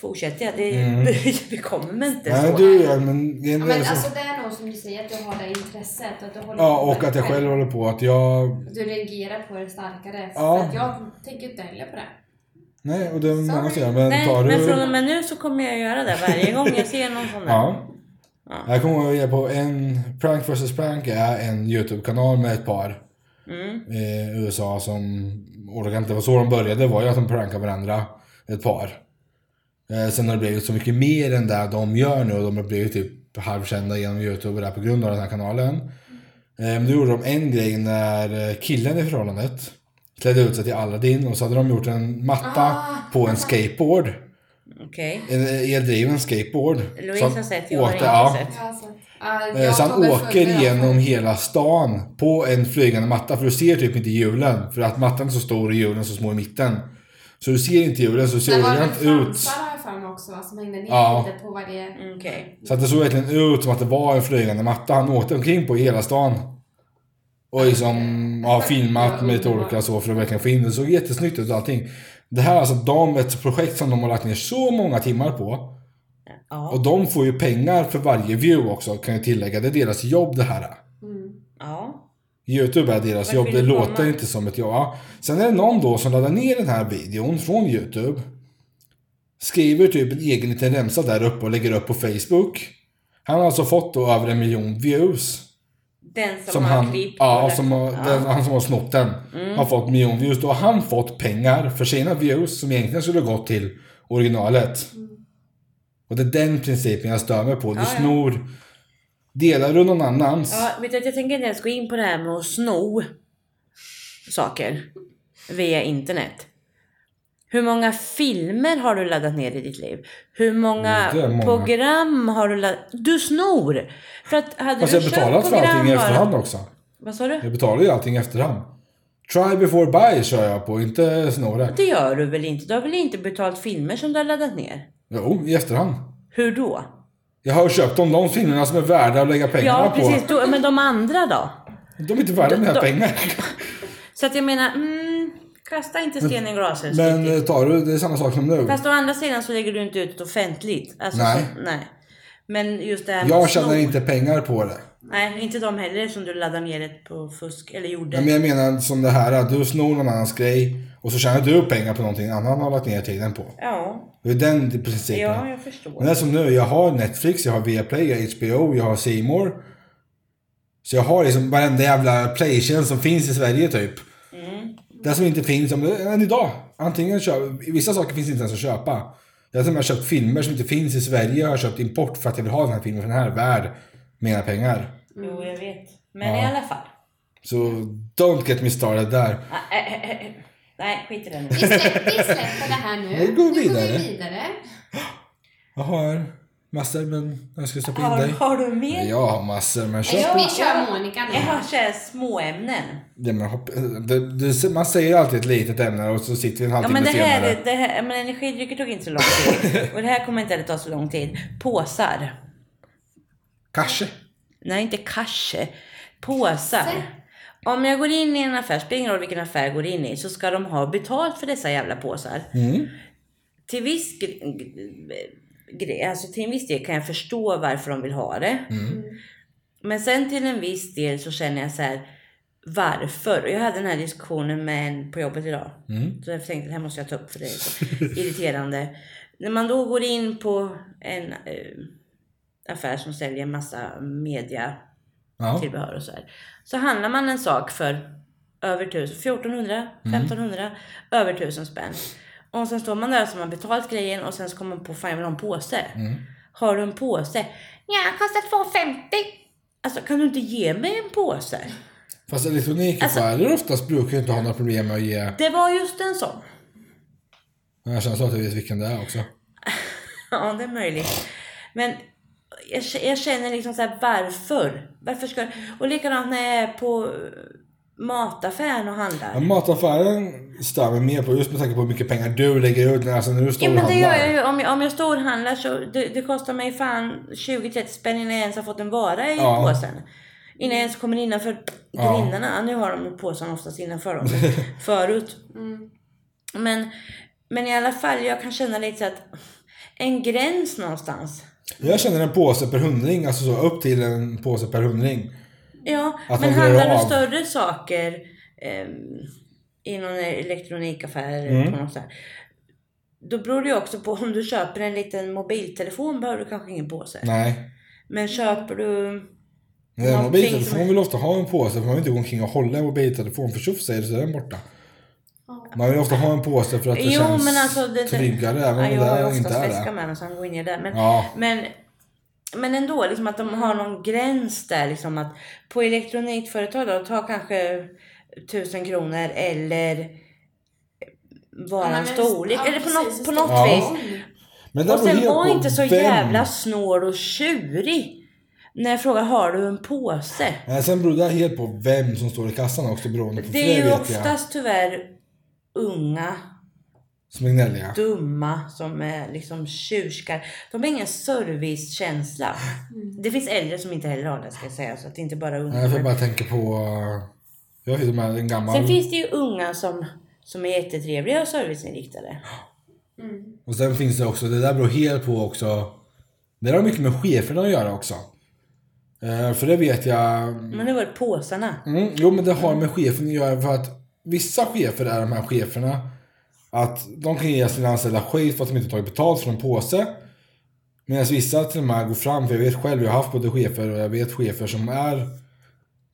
Speaker 3: fortsätter jag. Det, vi kommer inte
Speaker 1: Mm. Nej,
Speaker 3: så.
Speaker 1: du gör men... det är
Speaker 2: Ja,
Speaker 1: så-
Speaker 2: men alltså det är nog som du säger, att du har det intresset. Att du håller
Speaker 1: Ja,
Speaker 2: på med
Speaker 1: och att
Speaker 2: det
Speaker 1: jag själv håller på att jag...
Speaker 2: Du reagerar på det starkare.
Speaker 1: Ja.
Speaker 2: För att jag tänker inte heller på det.
Speaker 1: Nej, och det är många som gör. Men
Speaker 3: Nej,
Speaker 1: tar du...
Speaker 3: men från och med nu så kommer jag göra det varje gång jag ser någon sån där.
Speaker 1: Ja.
Speaker 3: Ja.
Speaker 1: Jag kommer att ge på en... Prank vs Prank är en YouTube-kanal med ett par
Speaker 3: Mm.
Speaker 1: i eh, USA som... Och det kan inte vara så de började, var ju att de prankade varandra. Ett par. Eh, Sen har det blivit så mycket mer än det de gör nu och de har blivit typ halvkända genom YouTube där på grund av den här kanalen. Eh, Men då gjorde de en grej när eh, killen i förhållandet klädde ut sig till Aladdin och så hade de gjort en matta
Speaker 2: Ah.
Speaker 1: på en skateboard.
Speaker 3: Okej.
Speaker 1: En eh, eldriven skateboard.
Speaker 3: Louise
Speaker 1: som
Speaker 3: har sett, jag har
Speaker 1: åkte-
Speaker 3: inte
Speaker 1: ja.
Speaker 3: sett.
Speaker 2: Ja, så. Ja,
Speaker 1: Eh,
Speaker 2: jag
Speaker 1: Så
Speaker 2: tog
Speaker 1: han
Speaker 2: väl
Speaker 1: åker
Speaker 2: följderna.
Speaker 1: genom hela stan på en flygande matta för du ser typ inte hjulen. För att mattan är så stor och hjulen så små i mitten. Så du ser inte hjulen så ser
Speaker 2: Sen var det
Speaker 1: orient ut.
Speaker 2: fransar har jag för mig också va, som hängde ner
Speaker 1: Ja.
Speaker 2: lite på varje...
Speaker 3: Mm, Okej.
Speaker 1: Så att det såg verkligen ut som att det var en flygande matta han åkte omkring på i hela stan. Och liksom ja, filmat med lite olika så för att verkligen få in det. Det såg jättesnyggt ut och allting. Det här är alltså de, ett projekt som de har lagt ner så många timmar på.
Speaker 3: Ja.
Speaker 1: Och de får ju pengar för varje view också kan jag tillägga. Det är deras jobb det här.
Speaker 2: Mm.
Speaker 3: ja.
Speaker 1: Youtube är deras
Speaker 3: Varför
Speaker 1: jobb, det
Speaker 3: inte
Speaker 1: låter
Speaker 3: komma?
Speaker 1: inte som ett jobb. Ja. Sen är det någon då som laddar ner den här videon från Youtube. Skriver typ en egen liten remsa där uppe och lägger upp på Facebook. Han har alltså fått då över en miljon views.
Speaker 3: Den som,
Speaker 1: Som
Speaker 3: har
Speaker 1: han,
Speaker 3: klippt. och
Speaker 1: ja,
Speaker 3: lagt-
Speaker 1: som har, Den, han som har snott den
Speaker 3: Mm.
Speaker 1: har fått en miljon views. Då har han fått pengar för sina views som egentligen skulle gått till originalet. Och det är den principen jag stör mig på. Du
Speaker 3: Mm. Ja, ja.
Speaker 1: snor... Delar du någon annans?
Speaker 3: Ja, vet du, att jag tänker inte ens gå in på det här med att sno saker via internet. Hur många filmer har du laddat ner i ditt liv? Hur många,
Speaker 1: Mm, det är många.
Speaker 3: program har du laddat? Du snor! För att hade
Speaker 1: Fast jag
Speaker 3: du köpt
Speaker 1: betalar för allting i
Speaker 3: program bara-
Speaker 1: efterhand också.
Speaker 3: Vad sa du?
Speaker 1: Jag betalar ju allting i efterhand. Try before buy kör jag på, inte snåra.
Speaker 3: Det gör du väl inte? Du har väl inte betalt filmer som du har laddat ner?
Speaker 1: Jo, i efterhand.
Speaker 3: Hur då?
Speaker 1: Jag har köpt de, de filmerna som är värda att lägga pengarna
Speaker 3: Ja, precis.
Speaker 1: på.
Speaker 3: Då, men de andra då?
Speaker 1: De är inte värda mina
Speaker 3: Då-
Speaker 1: pengar.
Speaker 3: Så att jag menar, mm, kasta inte sten i glashus.
Speaker 1: Men
Speaker 3: riktigt.
Speaker 1: eh, tar du, det är samma sak som nu.
Speaker 3: Fast å andra sidan så lägger du inte ut det offentligt. Alltså,
Speaker 1: Mm. Nej.
Speaker 3: Så, nej. Men just det här med
Speaker 1: Jag
Speaker 3: att sno-
Speaker 1: tjänar inte pengar på det.
Speaker 3: Nej, inte de heller som du laddade ner det på fusk, eller gjorde.
Speaker 1: Men jag menar som det här, att du snor någon annans grej och så tjänar du pengar på någonting annan har lagt ner tiden på.
Speaker 3: Ja,
Speaker 1: Det är den principen.
Speaker 3: ja, jag
Speaker 1: Men det
Speaker 3: förstår.
Speaker 1: är som nu, jag har Netflix, jag har Viaplay, jag har HBO, jag har C More. Så jag har liksom varenda jävla playtjänst som finns i Sverige typ.
Speaker 3: Mm.
Speaker 1: Det som inte finns, om det- än idag. Antingen köper, vissa saker finns inte ens att köpa. Jag har till och med köpt filmer som inte finns i Sverige, jag har köpt import för att jag vill ha den här filmen för den här är värd mina pengar.
Speaker 3: Jo, jag vet. Men
Speaker 1: Ja.
Speaker 3: i alla fall.
Speaker 1: Så don't get me started där.
Speaker 3: Ah, eh, eh, eh, eh. Nej, skit i det nu.
Speaker 2: Vi slä- vi släpper det här nu.
Speaker 1: Nu går
Speaker 2: Nu
Speaker 1: vi vidare.
Speaker 2: går vi vidare.
Speaker 1: Jag har massor men jag ska stoppa
Speaker 3: Har,
Speaker 1: in dig.
Speaker 3: har du mer?
Speaker 1: Jag har massor men kör.
Speaker 3: Ja,
Speaker 2: vi kör
Speaker 3: ja.
Speaker 2: Monica nu.
Speaker 3: Jag har så här småämnen.
Speaker 1: Ja, men hopp, det, det, man säger alltid ett litet ämne och så sitter vi en
Speaker 3: Ja, men
Speaker 1: halvtimme
Speaker 3: det
Speaker 1: senare.
Speaker 3: här, det här, men energidrycker tog inte så lång tid. Och det här kommer inte heller ta så lång tid. Påsar.
Speaker 1: Kanske.
Speaker 3: Nej, inte kanske. Påsar. Om jag går in i en affär, spelar ingen roll vilken affär jag går in i, så ska de ha betalt för dessa jävla påsar.
Speaker 1: Mm.
Speaker 3: Till viss gre- grej, alltså till en viss del kan jag förstå varför de vill ha det. Men sen till en viss del så känner jag så här, varför? Och jag hade den här diskussionen med en på jobbet idag.
Speaker 1: Mm.
Speaker 3: Så jag tänkte det här måste jag ta upp för det är så irriterande. När man då går in på en eh, affär som säljer massa media
Speaker 1: Ja.
Speaker 3: tillbehör och så här. Så handlar man en sak för över 1000, 1400, 1500, över 1000 spänn. Och sen står man där och så har man betalt grejen och sen så kommer man på, fan jag vill ha en påse. Har du en påse? Ja, kostar 250. Alltså kan du inte ge mig en påse?
Speaker 1: Fast
Speaker 3: Alltså-
Speaker 1: elektronikaffärer oftast brukar ju inte ha några problem med att ge...
Speaker 3: Det var just en sån.
Speaker 1: Jag känner så att jag vet vilken det är också.
Speaker 3: Ja, det är möjligt. Men jag, k- jag känner liksom så här, varför? Varför ska... Och likadant när jag är på eh, mataffären och handlar.
Speaker 1: Men mataffären stör mig mer på just med tanke på hur mycket pengar du lägger ut när, alltså när du står
Speaker 3: Ja men
Speaker 1: och
Speaker 3: det gör jag
Speaker 1: handlar.
Speaker 3: ju. Om jag, om jag storhandlar så det, det kostar mig fan 20-30 spänn innan jag ens har fått en vara i
Speaker 1: Ja.
Speaker 3: påsen. Innan jag ens kommer innanför
Speaker 1: Ja.
Speaker 3: grindarna. Ja. Nu har de ju påsen oftast innanför dem. men Förut. Men, men i alla fall, jag kan känna lite så att en gräns någonstans.
Speaker 1: Jag känner en påse per hundring, alltså så upp till en påse per hundring.
Speaker 3: Ja,
Speaker 1: Att
Speaker 3: men
Speaker 1: man drar
Speaker 3: handlar du
Speaker 1: av.
Speaker 3: större saker ehm, i någon elektronikaffär
Speaker 1: Mm.
Speaker 3: på något sätt. Då beror det ju också på om du köper en liten mobiltelefon behöver du kanske ingen påse.
Speaker 1: Nej.
Speaker 3: Men köper du...
Speaker 1: Nej, en
Speaker 3: Någonting som
Speaker 1: mobiltelefon
Speaker 3: är-
Speaker 1: vill ofta ha en påse för man vill inte gå omkring och hålla en mobiltelefon för tjoff säger det så är den borta.
Speaker 2: Ja.
Speaker 1: Man vill ofta ha en påse för att det
Speaker 3: Jo
Speaker 1: känns
Speaker 3: men alltså... Det,
Speaker 1: tryggare
Speaker 3: ja,
Speaker 1: även
Speaker 3: jag
Speaker 1: om
Speaker 3: har ju
Speaker 1: det
Speaker 3: oftast
Speaker 1: inte är
Speaker 3: väska
Speaker 1: det.
Speaker 3: med mig så han går in i den. Men,
Speaker 1: Ja,
Speaker 3: men, men ändå, liksom att de har någon gräns där. Liksom att på elektronikföretag då, ta kanske 1000 kronor eller
Speaker 2: Ja,
Speaker 3: varan
Speaker 2: men-
Speaker 3: storlek.
Speaker 2: ja,
Speaker 3: eller på
Speaker 2: precis,
Speaker 3: något, på
Speaker 2: hur
Speaker 3: något
Speaker 2: stor-
Speaker 3: vis.
Speaker 1: men det
Speaker 3: Och
Speaker 1: beror
Speaker 3: sen
Speaker 1: helt
Speaker 3: var
Speaker 1: på
Speaker 3: inte så
Speaker 1: vem.
Speaker 3: jävla snål och tjurig. När jag frågar har du en påse?
Speaker 1: Nej, sen beror det helt på vem som står i kassan också beroende på för
Speaker 3: Det är ju
Speaker 1: vet jag.
Speaker 3: oftast tyvärr unga,
Speaker 1: Som är gnälliga.
Speaker 3: dumma som är liksom tjurskar. De har ingen servicekänsla. Det finns äldre som inte heller har det ska jag säga. Så att det inte bara är
Speaker 1: Nej, för jag
Speaker 3: unga.
Speaker 1: bara tänker på... eh, Jag har ju med en gammal...
Speaker 3: Sen finns det ju unga som, som är jättetrevliga och serviceinriktade.
Speaker 2: Mm.
Speaker 1: Och sen finns det också, det där beror helt på också. Det där har mycket med cheferna att göra också. Eh, för det vet jag.
Speaker 3: Men nu var det påsarna.
Speaker 1: Mm, jo men det har med chefen att göra för att vissa chefer är de här cheferna. Att de kan ge sina anställda skit för att de inte tagit betalt från en påse. Medan vissa till och med går fram, för jag vet själv, jag har haft både chefer och jag vet chefer som är.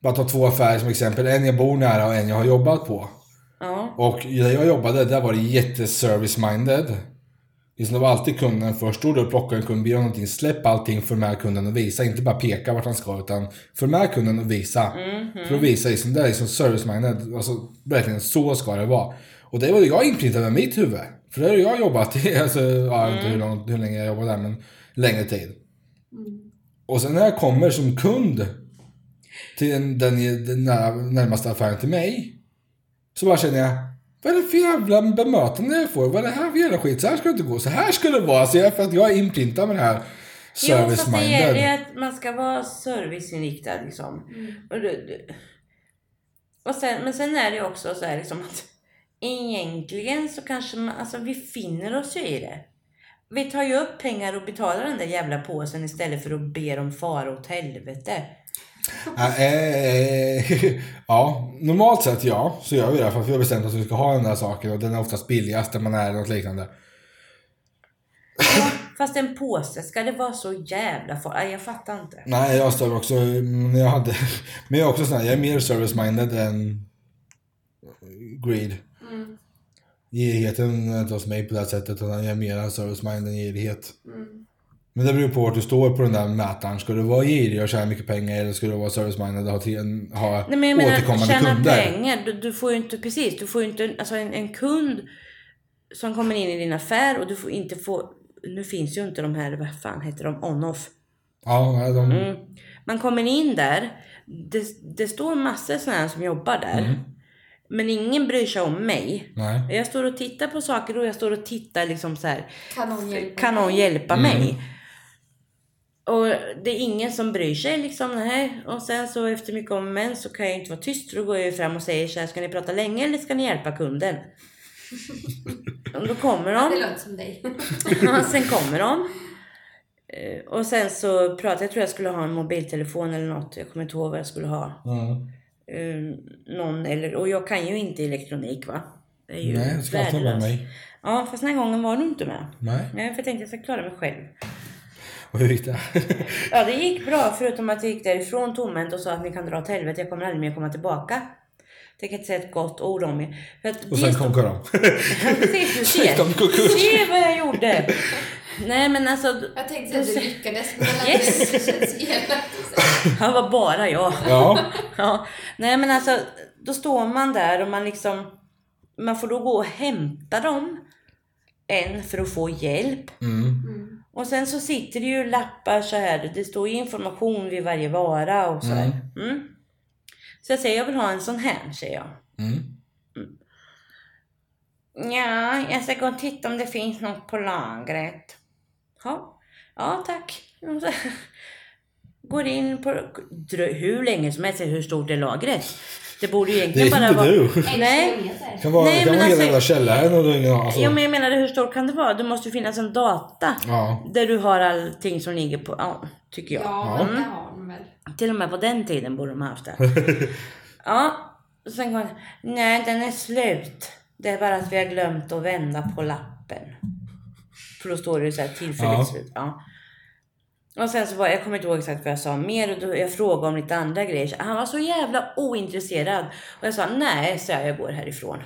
Speaker 1: Bara ta två affärer som exempel, en jag bor nära och en jag har jobbat på.
Speaker 3: Ja.
Speaker 1: Och där jag jobbade, där var det jätteservice-minded. Liksom det var alltid kunden först. Stod du och plockade en kund, be om någonting, släpp allting, för med kunden och visa. Inte bara peka vart han ska, utan för med kunden och visa. För att visa, liksom, det är liksom service-minded. Alltså verkligen, så ska det vara. Och det var ju jag inprintat med mitt huvud. För det har jag jobbat i, alltså, ja, jag vet inte hur, lång, hur länge jag jobbade där, men längre tid. Och sen när jag kommer som kund till den, den, den nära, närmaste affären till mig. Så bara känner jag, vad är det för jävla bemötande jag får? Vad är det här för jävla skit? Så här ska det inte gå. Så här ska det vara. Så jag, för att jag är inprintad med det här
Speaker 3: Jo, fast det gäller ju
Speaker 1: service-minded.
Speaker 3: att man ska vara serviceinriktad liksom.
Speaker 2: Mm.
Speaker 3: Och du, du. Och sen, men sen är det ju också så här liksom att egentligen så kanske man, alltså vi finner oss ju i det. Vi tar ju upp pengar och betalar den där jävla påsen istället för att be dem fara åt helvete.
Speaker 1: Äh, äh, äh, ja, normalt sett ja, så gör vi det. För att vi har bestämt oss att vi ska ha den där saken och den är oftast billigast när man är något liknande.
Speaker 3: Ja, fast en påse, ska det vara så jävla farligt? Nej, jag fattar inte.
Speaker 1: Nej, jag stör också. Men jag, hade, men jag är också sån här, jag är mer service-minded än greed.
Speaker 2: Mm.
Speaker 1: Girigheten är inte hos mig på det här sättet utan jag är mer service-minded än girighet.
Speaker 2: Mm.
Speaker 1: Men det beror på vart du står på den där mätaren. Ska du vara girig och tjäna mycket pengar eller ska du vara service-minded och ha, till, ha
Speaker 3: Nej, men jag menar,
Speaker 1: återkommande
Speaker 3: tjäna
Speaker 1: kunder?
Speaker 3: pengar. Du, du får ju inte, precis, du får ju inte, alltså en, en kund som kommer in i din affär och du får inte få, nu finns ju inte de här, vad fan heter de, on-off.
Speaker 1: Ja, nej, de,
Speaker 3: Mm. Man kommer in där, det, det står massor sådana här som jobbar där.
Speaker 1: Mm.
Speaker 3: Men ingen bryr sig om mig.
Speaker 1: nej.
Speaker 3: Jag står och tittar på saker och jag står och tittar liksom så här.
Speaker 2: Kan någon hjälpa
Speaker 3: Kan någon hjälpa
Speaker 1: Mm.
Speaker 3: mig? Och det är ingen som bryr sig liksom. Nej. Och sen så efter mycket om och men så kan jag ju inte vara tyst. Då går jag ju fram och säger så här. Ska ni prata länge eller ska ni hjälpa kunden? och då kommer de.
Speaker 2: Det låter som dig.
Speaker 3: Ja, sen kommer de. Eh, Och sen så pratade jag, tror jag skulle ha en mobiltelefon eller något. Jag kommer inte ihåg vad jag skulle ha.
Speaker 1: Mm.
Speaker 3: Eh, någon eller, och jag kan ju inte elektronik va? Det är ju
Speaker 1: Nej, jag ska alltid vara med
Speaker 3: värdelöst.
Speaker 1: mig.
Speaker 3: Ja, fast den här gången var du inte med.
Speaker 1: Nej.
Speaker 3: Nej, för jag tänkte jag ska klara mig själv.
Speaker 1: Och hur gick det?
Speaker 3: Ja, det gick bra förutom att jag gick därifrån tomhänt och sa att ni kan dra åt helvete, jag kommer aldrig mer komma tillbaka. Tänker inte säga ett gott ord om er. För att
Speaker 1: och
Speaker 3: det
Speaker 1: sen
Speaker 3: stod-
Speaker 1: konkar de.
Speaker 3: Precis, du
Speaker 1: Gick
Speaker 3: ser.
Speaker 1: de konkurs?
Speaker 3: Se vad jag gjorde! Nej men alltså,
Speaker 2: Jag tänkte att du lyckades. Men att
Speaker 3: Yes.
Speaker 2: Det känns elakt.
Speaker 3: det var bara jag.
Speaker 1: Ja.
Speaker 3: Ja, nej men alltså då står man där och man liksom man får då gå och hämta dem en för att få hjälp
Speaker 1: Mm.
Speaker 2: Mm.
Speaker 3: och sen så sitter det ju lappar så här. Det står ju information vid varje vara och så här. Mm. Så jag säger jag vill ha en sån här säger jag.
Speaker 1: Mm.
Speaker 3: Ja, jag ska gå och titta om det finns något på lagret. Ja, ja tack. Går in på drö- hur länge som helst, hur stort är lagret? Det borde ju
Speaker 1: Det är
Speaker 3: egentligen
Speaker 1: inte
Speaker 3: bara vara...
Speaker 1: du.
Speaker 3: Nej.
Speaker 1: Det
Speaker 2: kilometer.
Speaker 1: kan vara,
Speaker 3: Nej,
Speaker 1: det
Speaker 3: men
Speaker 1: kan vara hela
Speaker 3: alltså-
Speaker 1: jävla källaren och du har ingen alltså,
Speaker 3: Ja, men jag menar hur stort kan det vara? Det måste ju finnas en data.
Speaker 1: Ja.
Speaker 3: Där du har allting som ligger på, ja, tycker jag.
Speaker 2: Ja, men det har de väl.
Speaker 3: Till och med på den tiden borde de ha haft det. ja, sen kom Nej, den är slut. Det är bara att vi har glömt att vända på lappen. För då står det ju så här tillfälligt
Speaker 1: Ja.
Speaker 3: slut. Ja. Och sen så var jag kommer inte ihåg exakt vad jag sa mer. Och då, jag frågade om lite andra grejer. Så Han var så jävla ointresserad. Och jag sa nej, så jag, jag går härifrån.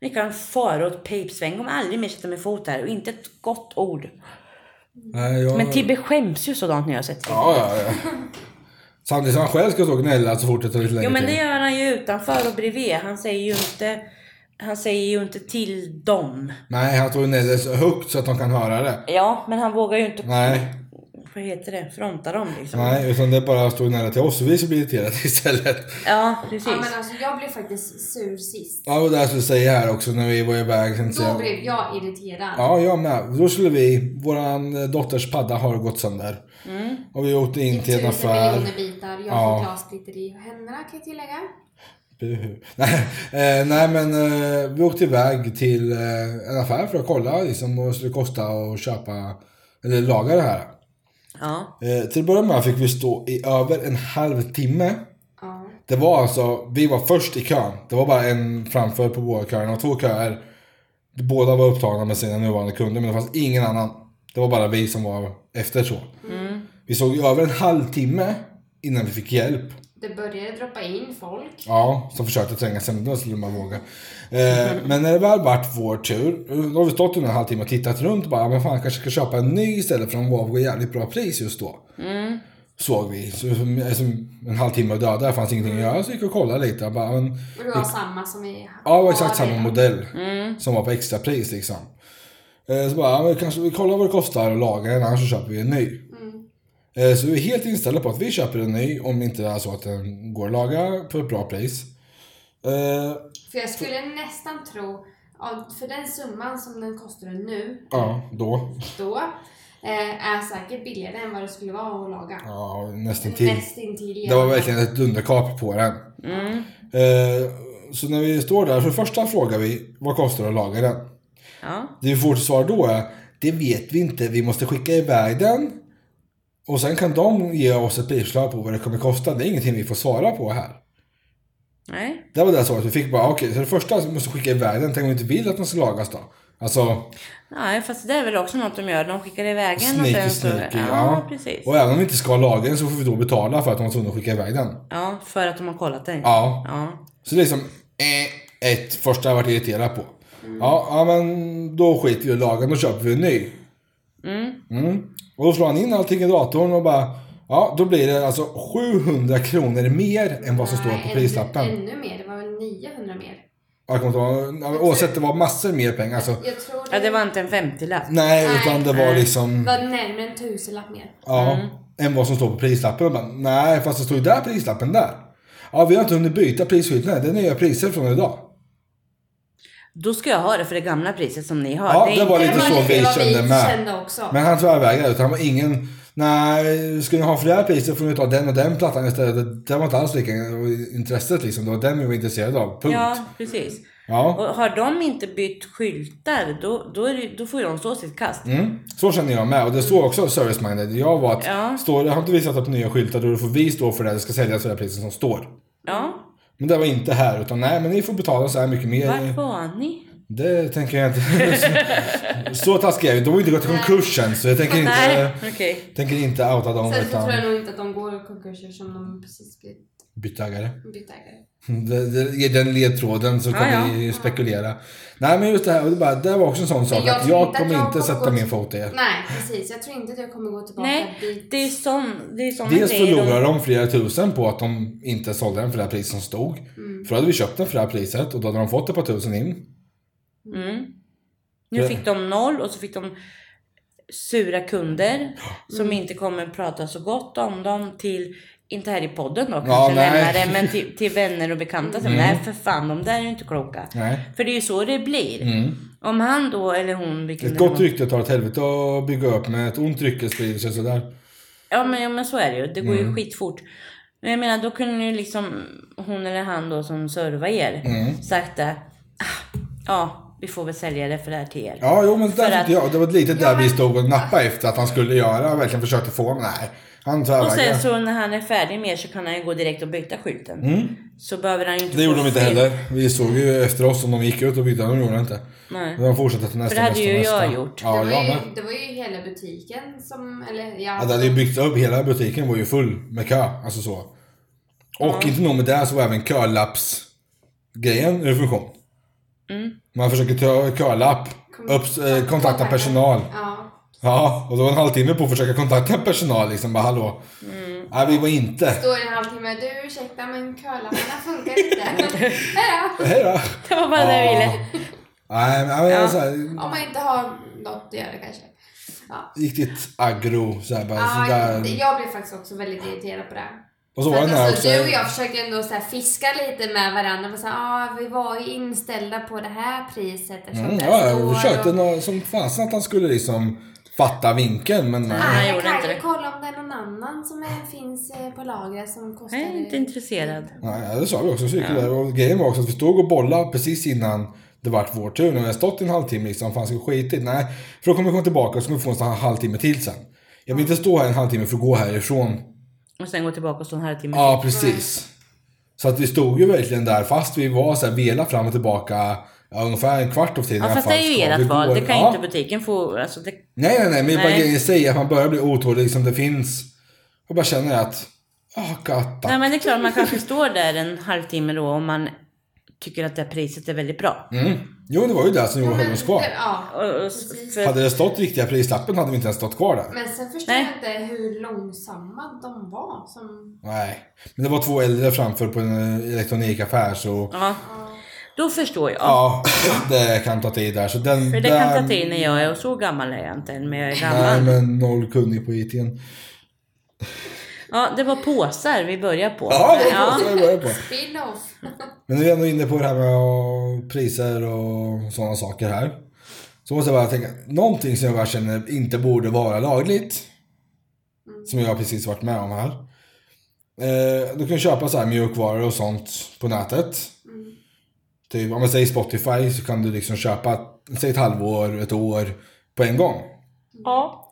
Speaker 3: Ni kan fara åt pipsväng. Kommer aldrig mer sätta min fot här. Och inte ett gott ord.
Speaker 1: Nej, jag...
Speaker 3: Men Tibbe skäms ju sådant när jag sätter sig.
Speaker 1: Ja, ja, ja. Samtidigt som han själv ska stå och gnälla så fort det tar lite längre
Speaker 3: Jo men det
Speaker 1: tid.
Speaker 3: gör han ju utanför och bredvid. Han säger ju inte, han säger ju inte till dem.
Speaker 1: Nej, han står och gnäller så högt så att de kan höra det.
Speaker 3: Ja, men han vågar ju inte,
Speaker 1: Nej,
Speaker 3: vad heter det, fronta dem liksom.
Speaker 1: Mm. nej, utan det är bara att stå nära till oss och vi ska bli irriterade istället.
Speaker 3: Ja, precis.
Speaker 2: Ja, men alltså, jag blev faktiskt sur sist.
Speaker 1: Ja, och det här skulle jag säga här också när vi var iväg. Sen
Speaker 2: Då blev jag irriterad.
Speaker 1: Ja, jag med. Då skulle vi, våran eh, dotters padda har gått sönder. Och vi åkte in till en affär.
Speaker 2: miljoner bitar. Typ Jag
Speaker 1: Ja.
Speaker 2: får glassplitter i händerna kan jag tillägga.
Speaker 1: Buhu. Nej, eh, nej men eh, vi åkte iväg till eh, en affär för att kolla liksom, vad det skulle kosta att köpa eller laga det här.
Speaker 3: Ja.
Speaker 1: Eh, till att börja med fick vi stå i över en halvtimme.
Speaker 2: Ja.
Speaker 1: Det var alltså, vi var först i kön. Det var bara en framför på båda köerna och två köer. Båda var upptagna med sina nuvarande kunder men det fanns ingen annan. Det var bara vi som var efter så. Vi såg i över en halvtimme innan vi fick hjälp.
Speaker 2: Det började droppa in folk.
Speaker 1: Ja, som försökte tränga sig men då skulle man våga. Eh, men när det väl vart vår tur, då har vi stått under en halvtimme och tittat runt och bara, men fan kanske ska köpa en ny istället för de gav ett jävligt bra pris just då. Såg vi. Så, alltså, en halvtimme och döda, det fanns ingenting att göra så gick vi och kollade lite. Jag Bara, men,
Speaker 2: Och det var samma som vi
Speaker 1: ja, det Mm. var exakt samma
Speaker 2: redan.
Speaker 1: modell som var på extrapris liksom. Eh, så bara, ja, men kanske vi kollar vad det kostar och lagar den, annars så köper vi en ny. Eh, Så vi är helt inställda på att vi köper en ny om inte det är så att den går att laga på ett bra pris. Eh,
Speaker 2: För jag skulle nästan tro, ja, för den summan som den kostade nu,
Speaker 1: Ja, då.
Speaker 2: då, eh, är säkert billigare än vad det skulle vara att laga.
Speaker 1: Ja, nästan till.
Speaker 2: Nästintill.
Speaker 1: Det var verkligen ett dunderkap på den.
Speaker 3: Mm.
Speaker 1: Eh, Så när vi står där, för det första frågar vi vad kostar det att laga den?
Speaker 3: Ja.
Speaker 1: Det vi får till svar då är det vet vi inte, vi måste skicka iväg den. Och sen kan de ge oss ett prisförslag på vad det kommer kosta. Det är ingenting vi får svara på här.
Speaker 3: Nej.
Speaker 1: Det var det svaret vi fick. Bara, okej, så det första så måste vi skicka iväg den. Tänk om vi inte vill att den ska lagas då? Alltså,
Speaker 3: Nej, fast det är väl också något de gör. De skickar iväg en och
Speaker 1: sneaky
Speaker 3: sen så...
Speaker 1: sneaky.
Speaker 3: ja, precis.
Speaker 1: Och även om vi inte ska laga den så får vi då betala för att de var tvungna att skicka iväg den.
Speaker 3: Ja, för att de har kollat den.
Speaker 1: Ja.
Speaker 3: Ja.
Speaker 1: Så det är liksom, eh, ett första jag varit irriterad på. Ja, ja, men då skiter vi i lagen, då köper vi en ny. Mm. Och då slår han in allting i datorn och bara, ja då blir det alltså 700 kronor mer än vad som står
Speaker 2: Nej,
Speaker 1: på
Speaker 2: ännu-
Speaker 1: prislappen.
Speaker 2: Ännu mer, det var väl 900 mer.
Speaker 1: Jag kommer inte ihåg, oavsett det var massor mer pengar alltså.
Speaker 2: Jag tror det,
Speaker 3: Ja, det var inte en 50-lapp.
Speaker 1: Nej,
Speaker 2: Nej.
Speaker 1: utan det var
Speaker 3: Nej.
Speaker 1: liksom,
Speaker 2: var närmare en tusenlapp mer.
Speaker 1: ja, än vad som står på prislappen. Och bara, nej, fast det står ju där prislappen där. Ja, vi har inte hunnit byta prisskyltarna, det är nya priser från idag.
Speaker 3: Då ska jag ha det för det gamla priset som ni har.
Speaker 1: Ja,
Speaker 3: är
Speaker 1: det var
Speaker 3: inte-
Speaker 1: lite
Speaker 2: var
Speaker 1: så
Speaker 2: lite
Speaker 1: vi
Speaker 2: vad vi
Speaker 1: kände med.
Speaker 2: kände också.
Speaker 1: Men han tvärvägrade. utan Han var ingen... Nej, skulle ni ha för det här priset får ni ta den och den plattan istället. Det- Det var inte alls lika intresset liksom. Det var den vi var intresserade av. Punkt. Ja.
Speaker 3: Ja, precis.
Speaker 1: ja.
Speaker 3: Och har de inte bytt skyltar, då, då, är det, då får ju de stå sitt kast.
Speaker 1: Mm. Så känner jag med. Och det står också service-minded. Jag var att,
Speaker 3: Ja.
Speaker 1: står, det- har inte vi satt upp nya skyltar då får vi stå för det. Det ska säljas för det här priset som står.
Speaker 3: Ja.
Speaker 1: Men det var inte här. Utan nej, men ni får betala så här mycket mer.
Speaker 3: Vart var ni?
Speaker 1: Det tänker jag inte. så taskig är jag inte. De har ju inte gått i konkurs än. Så jag tänker inte,
Speaker 3: Nej, okej.
Speaker 1: tänker inte outa dem.
Speaker 2: Sen så tror
Speaker 1: Utan
Speaker 2: jag nog inte att de går i konkurser som de precis blivit
Speaker 1: bytt ägare.
Speaker 2: bytt ägare.
Speaker 1: Det- det- Ge den ledtråden så kan
Speaker 3: Ja, ja.
Speaker 1: vi spekulera. Nej men just det här, och det, bara, det var också en sån sak
Speaker 2: jag
Speaker 1: att
Speaker 2: tror
Speaker 1: jag
Speaker 2: inte att
Speaker 1: kommer
Speaker 2: jag
Speaker 1: inte
Speaker 2: kommer
Speaker 1: sätta
Speaker 2: gå-
Speaker 1: min fot i det.
Speaker 2: Nej, precis. Jag tror inte att jag kommer gå tillbaka
Speaker 3: Nej,
Speaker 2: dit.
Speaker 3: det är sån, det är såna
Speaker 1: Dels
Speaker 3: grejer de-
Speaker 1: förlorar de flera tusen på att de inte sålde den för det här priset som stod. För då hade vi köpt den för det här priset och då hade de fått ett par tusen in.
Speaker 3: Mm. Nu fick de noll och så fick de sura kunder
Speaker 1: Mm.
Speaker 3: som inte kommer prata så gott om dem till, inte här i podden då kanske
Speaker 1: nej.
Speaker 3: lämna det, men till, till vänner och bekanta. Mm. Nej för fan, de där är ju inte kloka.
Speaker 1: Nej. Mm.
Speaker 3: För det är ju så det blir. Om han då eller hon, vilken
Speaker 1: Ett
Speaker 3: det
Speaker 1: gott
Speaker 3: var.
Speaker 1: rykte tar ett helvete att bygga upp men ett ont rykte sprider sig sådär.
Speaker 3: Ja men, ja, men så är det ju. Det går
Speaker 1: Mm.
Speaker 3: ju skitfort. Men jag menar, då kunde ju liksom hon eller han då som servar er
Speaker 1: Mm.
Speaker 3: sagt det. "Ah, Ja, vi får väl sälja det för det här till er.
Speaker 1: Ja, jo men där
Speaker 3: För
Speaker 1: tyckte jag. Det var lite där
Speaker 2: Ja, men-
Speaker 1: vi stod och nappade efter att han skulle göra. Han verkligen försökte få honom. Nej, han
Speaker 3: Och sen
Speaker 1: tvärvägrade.
Speaker 3: så när han är färdig med er så kan han ju gå direkt och byta skylten. Så behöver han ju inte
Speaker 1: Mm. Det
Speaker 3: få
Speaker 1: gjorde de inte
Speaker 3: fel.
Speaker 1: heller. Vi såg ju efter oss om de gick ut och bytte. De gjorde inte.
Speaker 3: Nej.
Speaker 1: Men de fortsatte till nästa,
Speaker 3: För det hade
Speaker 1: nästa,
Speaker 3: ju
Speaker 1: nästa.
Speaker 3: jag gjort.
Speaker 1: Ja,
Speaker 2: det, var
Speaker 1: jag
Speaker 2: ju,
Speaker 1: med.
Speaker 2: det var ju hela butiken som, eller
Speaker 1: Ja, det hade ju byggts upp, hela butiken var ju full med kö. Alltså så. Och inte nog med det så var även kölappsgrejen ur funktion. Man försöker ta kölapp,
Speaker 2: Mm. Kom-
Speaker 1: upp, eh, kontakta personal.
Speaker 2: Ja.
Speaker 1: Ja, och då var en halvtimme på att försöka kontakta personal liksom. Bara hallå.
Speaker 2: Mm.
Speaker 1: Nej, vi var inte.
Speaker 2: Står en halvtimme, du ursäkta men curlapparna funkar inte. Hejdå!
Speaker 1: Hej då.
Speaker 3: Det var bara det jag ville.
Speaker 1: Nej, men jag
Speaker 3: Ja.
Speaker 1: så här,
Speaker 2: Om man inte har något att göra kanske. Ja.
Speaker 1: riktigt aggro så här, bara,
Speaker 2: Ja,
Speaker 1: så där.
Speaker 2: jag- jag blev faktiskt också väldigt irriterad på det.
Speaker 1: Och så var den
Speaker 2: Alltså,
Speaker 1: här också.
Speaker 2: Du och jag försökte ändå så här fiska lite med varandra. Men så här, ah, vi var ju inställda på det här priset. eftersom
Speaker 1: Mm,
Speaker 2: det
Speaker 1: ja, jag
Speaker 2: står
Speaker 1: försökte
Speaker 2: och-
Speaker 1: nå- som fasen att han skulle liksom fatta vinkeln men nej.
Speaker 3: Nej,
Speaker 2: Nej,
Speaker 3: jag
Speaker 2: jag
Speaker 3: gjorde inte
Speaker 2: kan ju
Speaker 3: det.
Speaker 2: kolla om det är någon annan som är, finns eh, på lagret som kostar...
Speaker 3: Jag är inte intresserad.
Speaker 1: Nej, ja, det sa vi också. Så gick vi där. Och grejen var också att vi stod och bollade precis innan det vart vår tur. Nu har jag stått i en halvtimme liksom. Fan, ska vi skita i det? Nej, för då kommer vi komma tillbaka och så kommer vi få en sån här halvtimme till sen. Jag vill inte stå här en halvtimme för att gå härifrån.
Speaker 3: Och sen gå tillbaka och stå en halvtimme till.
Speaker 1: Ja, precis. Så att vi stod ju verkligen där fast vi var så här vela fram och tillbaka ja, ungefär en kvart av tiden.
Speaker 3: Ja,
Speaker 1: Fan,
Speaker 3: fast det är ju
Speaker 1: ska vi
Speaker 3: ert
Speaker 1: gå?
Speaker 3: val. Det kan ju
Speaker 1: Ja.
Speaker 3: inte butiken få. Alltså det,
Speaker 1: Nej, nej, nej. Men bara
Speaker 3: Nej.
Speaker 1: grejen i sig att man börjar bli otålig. Liksom det finns. Och bara känner att, ah, gata.
Speaker 3: nej, men det är klart man kanske står där en halvtimme då om man tycker att det här priset är väldigt bra.
Speaker 1: Mm. Jo, det var ju det som gjorde
Speaker 2: Men,
Speaker 1: oss kvar.
Speaker 2: ja.
Speaker 3: Och, och,
Speaker 2: Precis.
Speaker 3: för,
Speaker 1: Hade det stått riktiga prislappen hade vi inte ens stått kvar där.
Speaker 2: men sen förstår
Speaker 3: Nej.
Speaker 2: jag inte hur långsamma de var. Som,
Speaker 1: Nej. Men det var två äldre framför på en eh, elektronikaffär så...
Speaker 3: ja, då förstår jag.
Speaker 1: Ja, det kan ta tid där. Så den,
Speaker 3: För det kan
Speaker 1: den-
Speaker 3: ta tid när jag är och så gammal är jag inte än, men jag är
Speaker 1: Nej,
Speaker 3: gammal.
Speaker 1: men noll kunnig på IT. -en.
Speaker 3: Ja, det var påsar vi började på.
Speaker 1: Ja, det var
Speaker 3: Ja.
Speaker 1: så jag började på.
Speaker 2: Spin-off.
Speaker 1: Men nu är vi ändå inne på det här med ja, priser och sådana saker här. Så måste jag bara tänka, någonting som jag bara känner inte borde vara lagligt. Som jag precis varit med om här. Eh, du kan köpa så här mjukvaror och sånt på nätet. Typ, om man säger Spotify så kan du liksom köpa, säg ett halvår, ett år på en gång.
Speaker 3: Ja.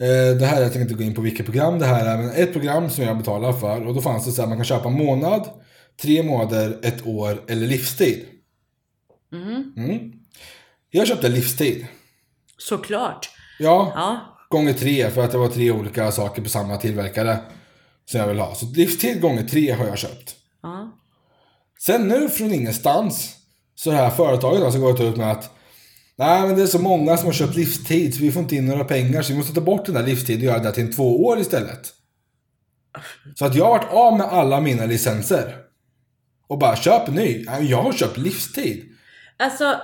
Speaker 1: Eh, Det här, jag tänker inte gå in på vilket program det här är, men ett program som jag betalar för och då fanns det så här, man kan köpa en månad, tre månader, ett år eller livstid.
Speaker 3: Mm,
Speaker 1: Mm. Jag köpte livstid.
Speaker 3: såklart.
Speaker 1: Ja,
Speaker 3: Ja.
Speaker 1: gånger tre för att det var tre olika saker på samma tillverkare som jag vill ha. Så livstid gånger tre har jag köpt.
Speaker 3: ja.
Speaker 1: Sen nu från ingenstans så det här företaget alltså gått ut med att Nej men det är så många som har köpt livstid så vi får inte in några pengar så vi måste ta bort den där livstiden och göra det till en två år istället. Så att jag har varit av med alla mina licenser. Och bara köp ny. Nej, Jag har köpt livstid.
Speaker 3: Alltså,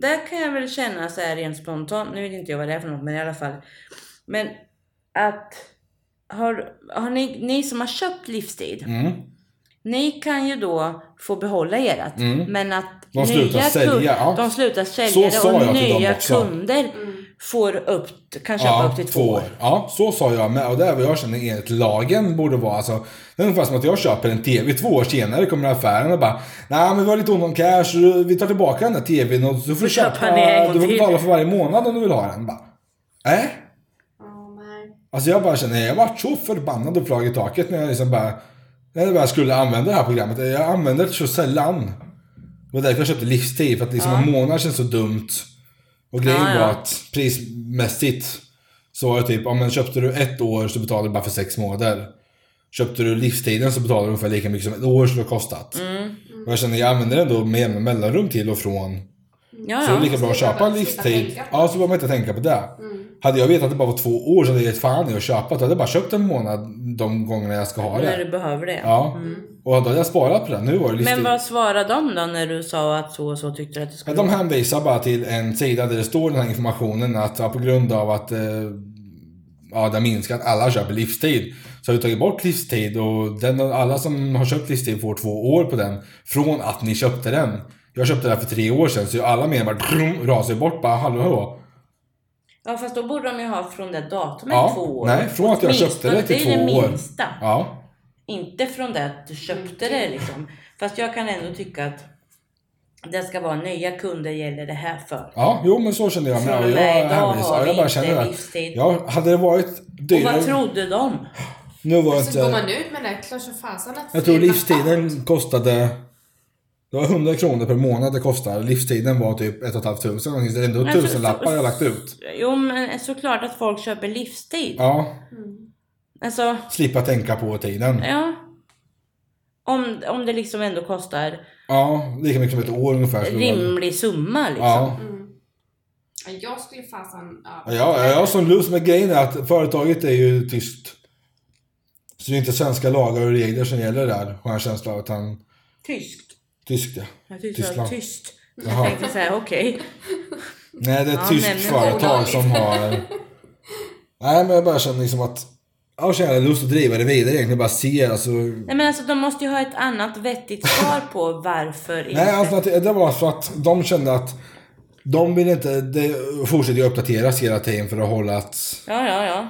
Speaker 3: där kan jag väl känna så här rent spontant, nu vet inte jag vad det är för något, men i alla fall. Men att, har, har ni, ni som har köpt livstid,
Speaker 1: Mm.
Speaker 3: ni kan ju då få behålla ert.
Speaker 1: Mm.
Speaker 3: Men att
Speaker 1: De slutar
Speaker 3: nya
Speaker 1: sälja,
Speaker 3: kun-
Speaker 1: ja.
Speaker 3: de slutar
Speaker 1: Så
Speaker 3: sälja det
Speaker 1: sa jag
Speaker 3: och
Speaker 1: till dem
Speaker 3: nya
Speaker 1: också.
Speaker 3: kunder får upp, kan köpa upp till två, år.
Speaker 1: Ja, så sa jag med. Och det är vad jag känner enligt lagen borde vara. Alltså, det är ungefär som att jag köper en TV två år senare, kommer affären och bara Nej men vi har lite ont om cash, vi tar tillbaka den där TVn och så får du
Speaker 3: köpa
Speaker 1: köpa,
Speaker 3: den en gång
Speaker 1: du får
Speaker 3: till."
Speaker 1: betala för varje månad om du vill ha den. Bara, äh?
Speaker 2: Ja, nej.
Speaker 1: Alltså jag bara känner, jag vart så förbannad och flög i taket när jag liksom bara När jag bara skulle använda det här programmet. Jag använder det så sällan. Det var därför jag köpte livstid, för att liksom en månad känns så dumt. Och grejen
Speaker 3: Ja, ja.
Speaker 1: var att prismässigt så var det typ, om men köpte du ett år så betalade du bara för sex månader. Köpte du livstiden så betalade du ungefär lika mycket som ett år skulle ha kostat.
Speaker 3: Mm.
Speaker 1: Och jag känner, jag använder den då med jämna mellanrum till och från.
Speaker 3: Ja,
Speaker 1: Så det är
Speaker 3: ja.
Speaker 1: lika bra att
Speaker 2: Slippa-
Speaker 1: köpa en
Speaker 2: slippa
Speaker 1: livstid.
Speaker 2: tänka på
Speaker 1: Ja, så behöver man inte tänka på det. Mm. Hade jag vetat att det bara var två år så hade jag gett fan i att köpa. Då hade jag bara köpt en månad de gångerna jag ska ha
Speaker 3: När
Speaker 1: det.
Speaker 3: du behöver det.
Speaker 1: Ja. Och då hade jag sparat på det. Nu var det livstid.
Speaker 3: Men vad svarade de då när du sa att så och så tyckte du att det
Speaker 1: Ja,
Speaker 3: skulle
Speaker 1: De
Speaker 3: vara?
Speaker 1: hänvisar bara till en sida där det står den här informationen att ja, på grund av att eh, ja, det har minskat, alla köper livstid. Så har vi tagit bort livstid och den, alla som har köpt livstid får två år på den från att ni köpte den. Jag köpte den här för tre år sedan så alla mer bara drum, rasar ju bort bara hallå hallå.
Speaker 3: Ja fast då borde de ju ha från det datumet
Speaker 1: Ja,
Speaker 3: två år.
Speaker 1: nej, från att jag köpte det till
Speaker 3: Åtminstone, Det
Speaker 1: två
Speaker 3: är
Speaker 1: år.
Speaker 3: det minsta.
Speaker 1: Ja.
Speaker 3: Inte från det att du köpte det liksom. Fast jag kan ändå tycka att det ska vara nya kunder gäller det här för.
Speaker 1: Ja, jo men så kände jag
Speaker 3: Från och
Speaker 1: med.
Speaker 3: med
Speaker 1: Jag,
Speaker 3: idag har
Speaker 1: jag,
Speaker 3: vi
Speaker 1: jag bara
Speaker 3: inte
Speaker 1: känner det.
Speaker 3: livstid.
Speaker 1: Ja, hade det varit
Speaker 3: Och
Speaker 1: dyrare...
Speaker 3: vad trodde de?
Speaker 1: Nu var
Speaker 2: Så går man
Speaker 1: det...
Speaker 2: ut med det, klart som fasen att
Speaker 1: eh, Jag tror
Speaker 2: filma
Speaker 1: livstiden kostade... Det var 100 kronor per månad det kostade. Livstiden var typ ett och ett halvt tusen. någonting. Det är ändå
Speaker 3: Men Alltså, så-
Speaker 1: tusenlappar jag lagt ut.
Speaker 3: Jo men såklart att folk köper livstid.
Speaker 1: Ja,
Speaker 2: allt. Mm.
Speaker 3: Alltså,
Speaker 1: slippa tänka på tiden.
Speaker 3: ja. Om, om det liksom ändå kostar
Speaker 1: Ja, lika mycket som ett år ungefär. skulle det vara.
Speaker 3: rimlig summa liksom.
Speaker 1: Ja.
Speaker 2: Mm. Ja, Jag skulle fasen... Ja,
Speaker 1: Ja, jag som lus med grejen är att företaget är ju tyst. Så det är inte svenska lagar och regler som gäller där. Har jag en känsla av att han...
Speaker 3: Tyskt.
Speaker 1: Tyskt ja.
Speaker 3: Jag tyckte det var
Speaker 1: Tyskland.
Speaker 3: tyst. Jag
Speaker 1: Jaha.
Speaker 3: tänkte säga okej.
Speaker 1: Nej, det är ett
Speaker 3: Ja, men-
Speaker 1: tyskt
Speaker 3: men
Speaker 1: företag
Speaker 2: olagligt.
Speaker 1: som har... Nej, men jag bara känner liksom att... Jag känner lust att driva det vidare egentligen. Bara se alltså...
Speaker 3: Nej men alltså de måste ju ha ett annat vettigt svar på varför inte.
Speaker 1: Nej, alltså- alternativ, det var för att de kände att... De vill inte... Det fortsätter ju uppdateras hela tiden för att hålla att...
Speaker 3: Ja, ja, ja.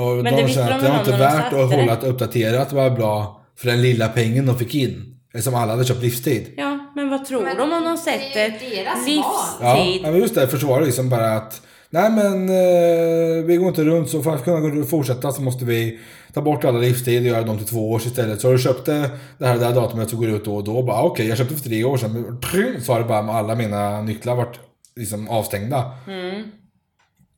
Speaker 1: Och
Speaker 3: det
Speaker 1: de
Speaker 3: visste
Speaker 1: känner
Speaker 3: de
Speaker 1: att
Speaker 3: väl
Speaker 1: det var
Speaker 3: om
Speaker 1: inte
Speaker 3: när de
Speaker 1: värt att
Speaker 3: satte det.
Speaker 1: hålla ett uppdaterat var bra för den lilla pengen de fick in. Eftersom alla hade köpt livstid.
Speaker 3: Ja, men vad tror
Speaker 2: Men
Speaker 3: de om de
Speaker 2: det är ju
Speaker 3: sätter
Speaker 2: deras val.
Speaker 1: Ja,
Speaker 3: livstid?
Speaker 1: ja, men just det försvarar liksom bara att nej men eh, vi går inte runt så för att kunna fortsätta så måste vi ta bort alla livstid och göra dem till två års istället. Så har du köpt det det här, det här datumet så går det ut då och då och bara ah, okej jag köpte för tre år sedan men prr, så har det bara alla mina nycklar varit liksom avstängda.
Speaker 3: Mm.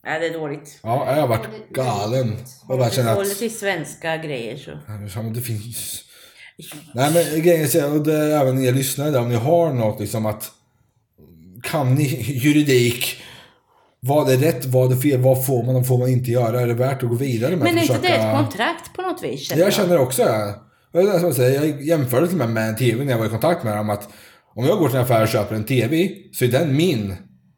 Speaker 3: Nej, det är dåligt.
Speaker 1: Ja, jag har varit galen. Och bara känner
Speaker 3: Håller
Speaker 1: att
Speaker 3: till svenska grejer så.
Speaker 1: Ja, men det finns... Nej men grejen är, och det är även er lyssnare där, om ni har något liksom att... Kan ni juridik? Vad är rätt? Vad är fel? Vad får man och får man inte göra? Är det värt att gå vidare med
Speaker 3: Men är
Speaker 1: att
Speaker 3: inte det ett
Speaker 1: försöka...
Speaker 3: kontrakt på något vis?
Speaker 1: Det jag känner också ja. Och det är. Som jag, säger, jag jämförde till och med med en TV när jag var i kontakt med dem att om jag går till en affär och köper en TV så är den min.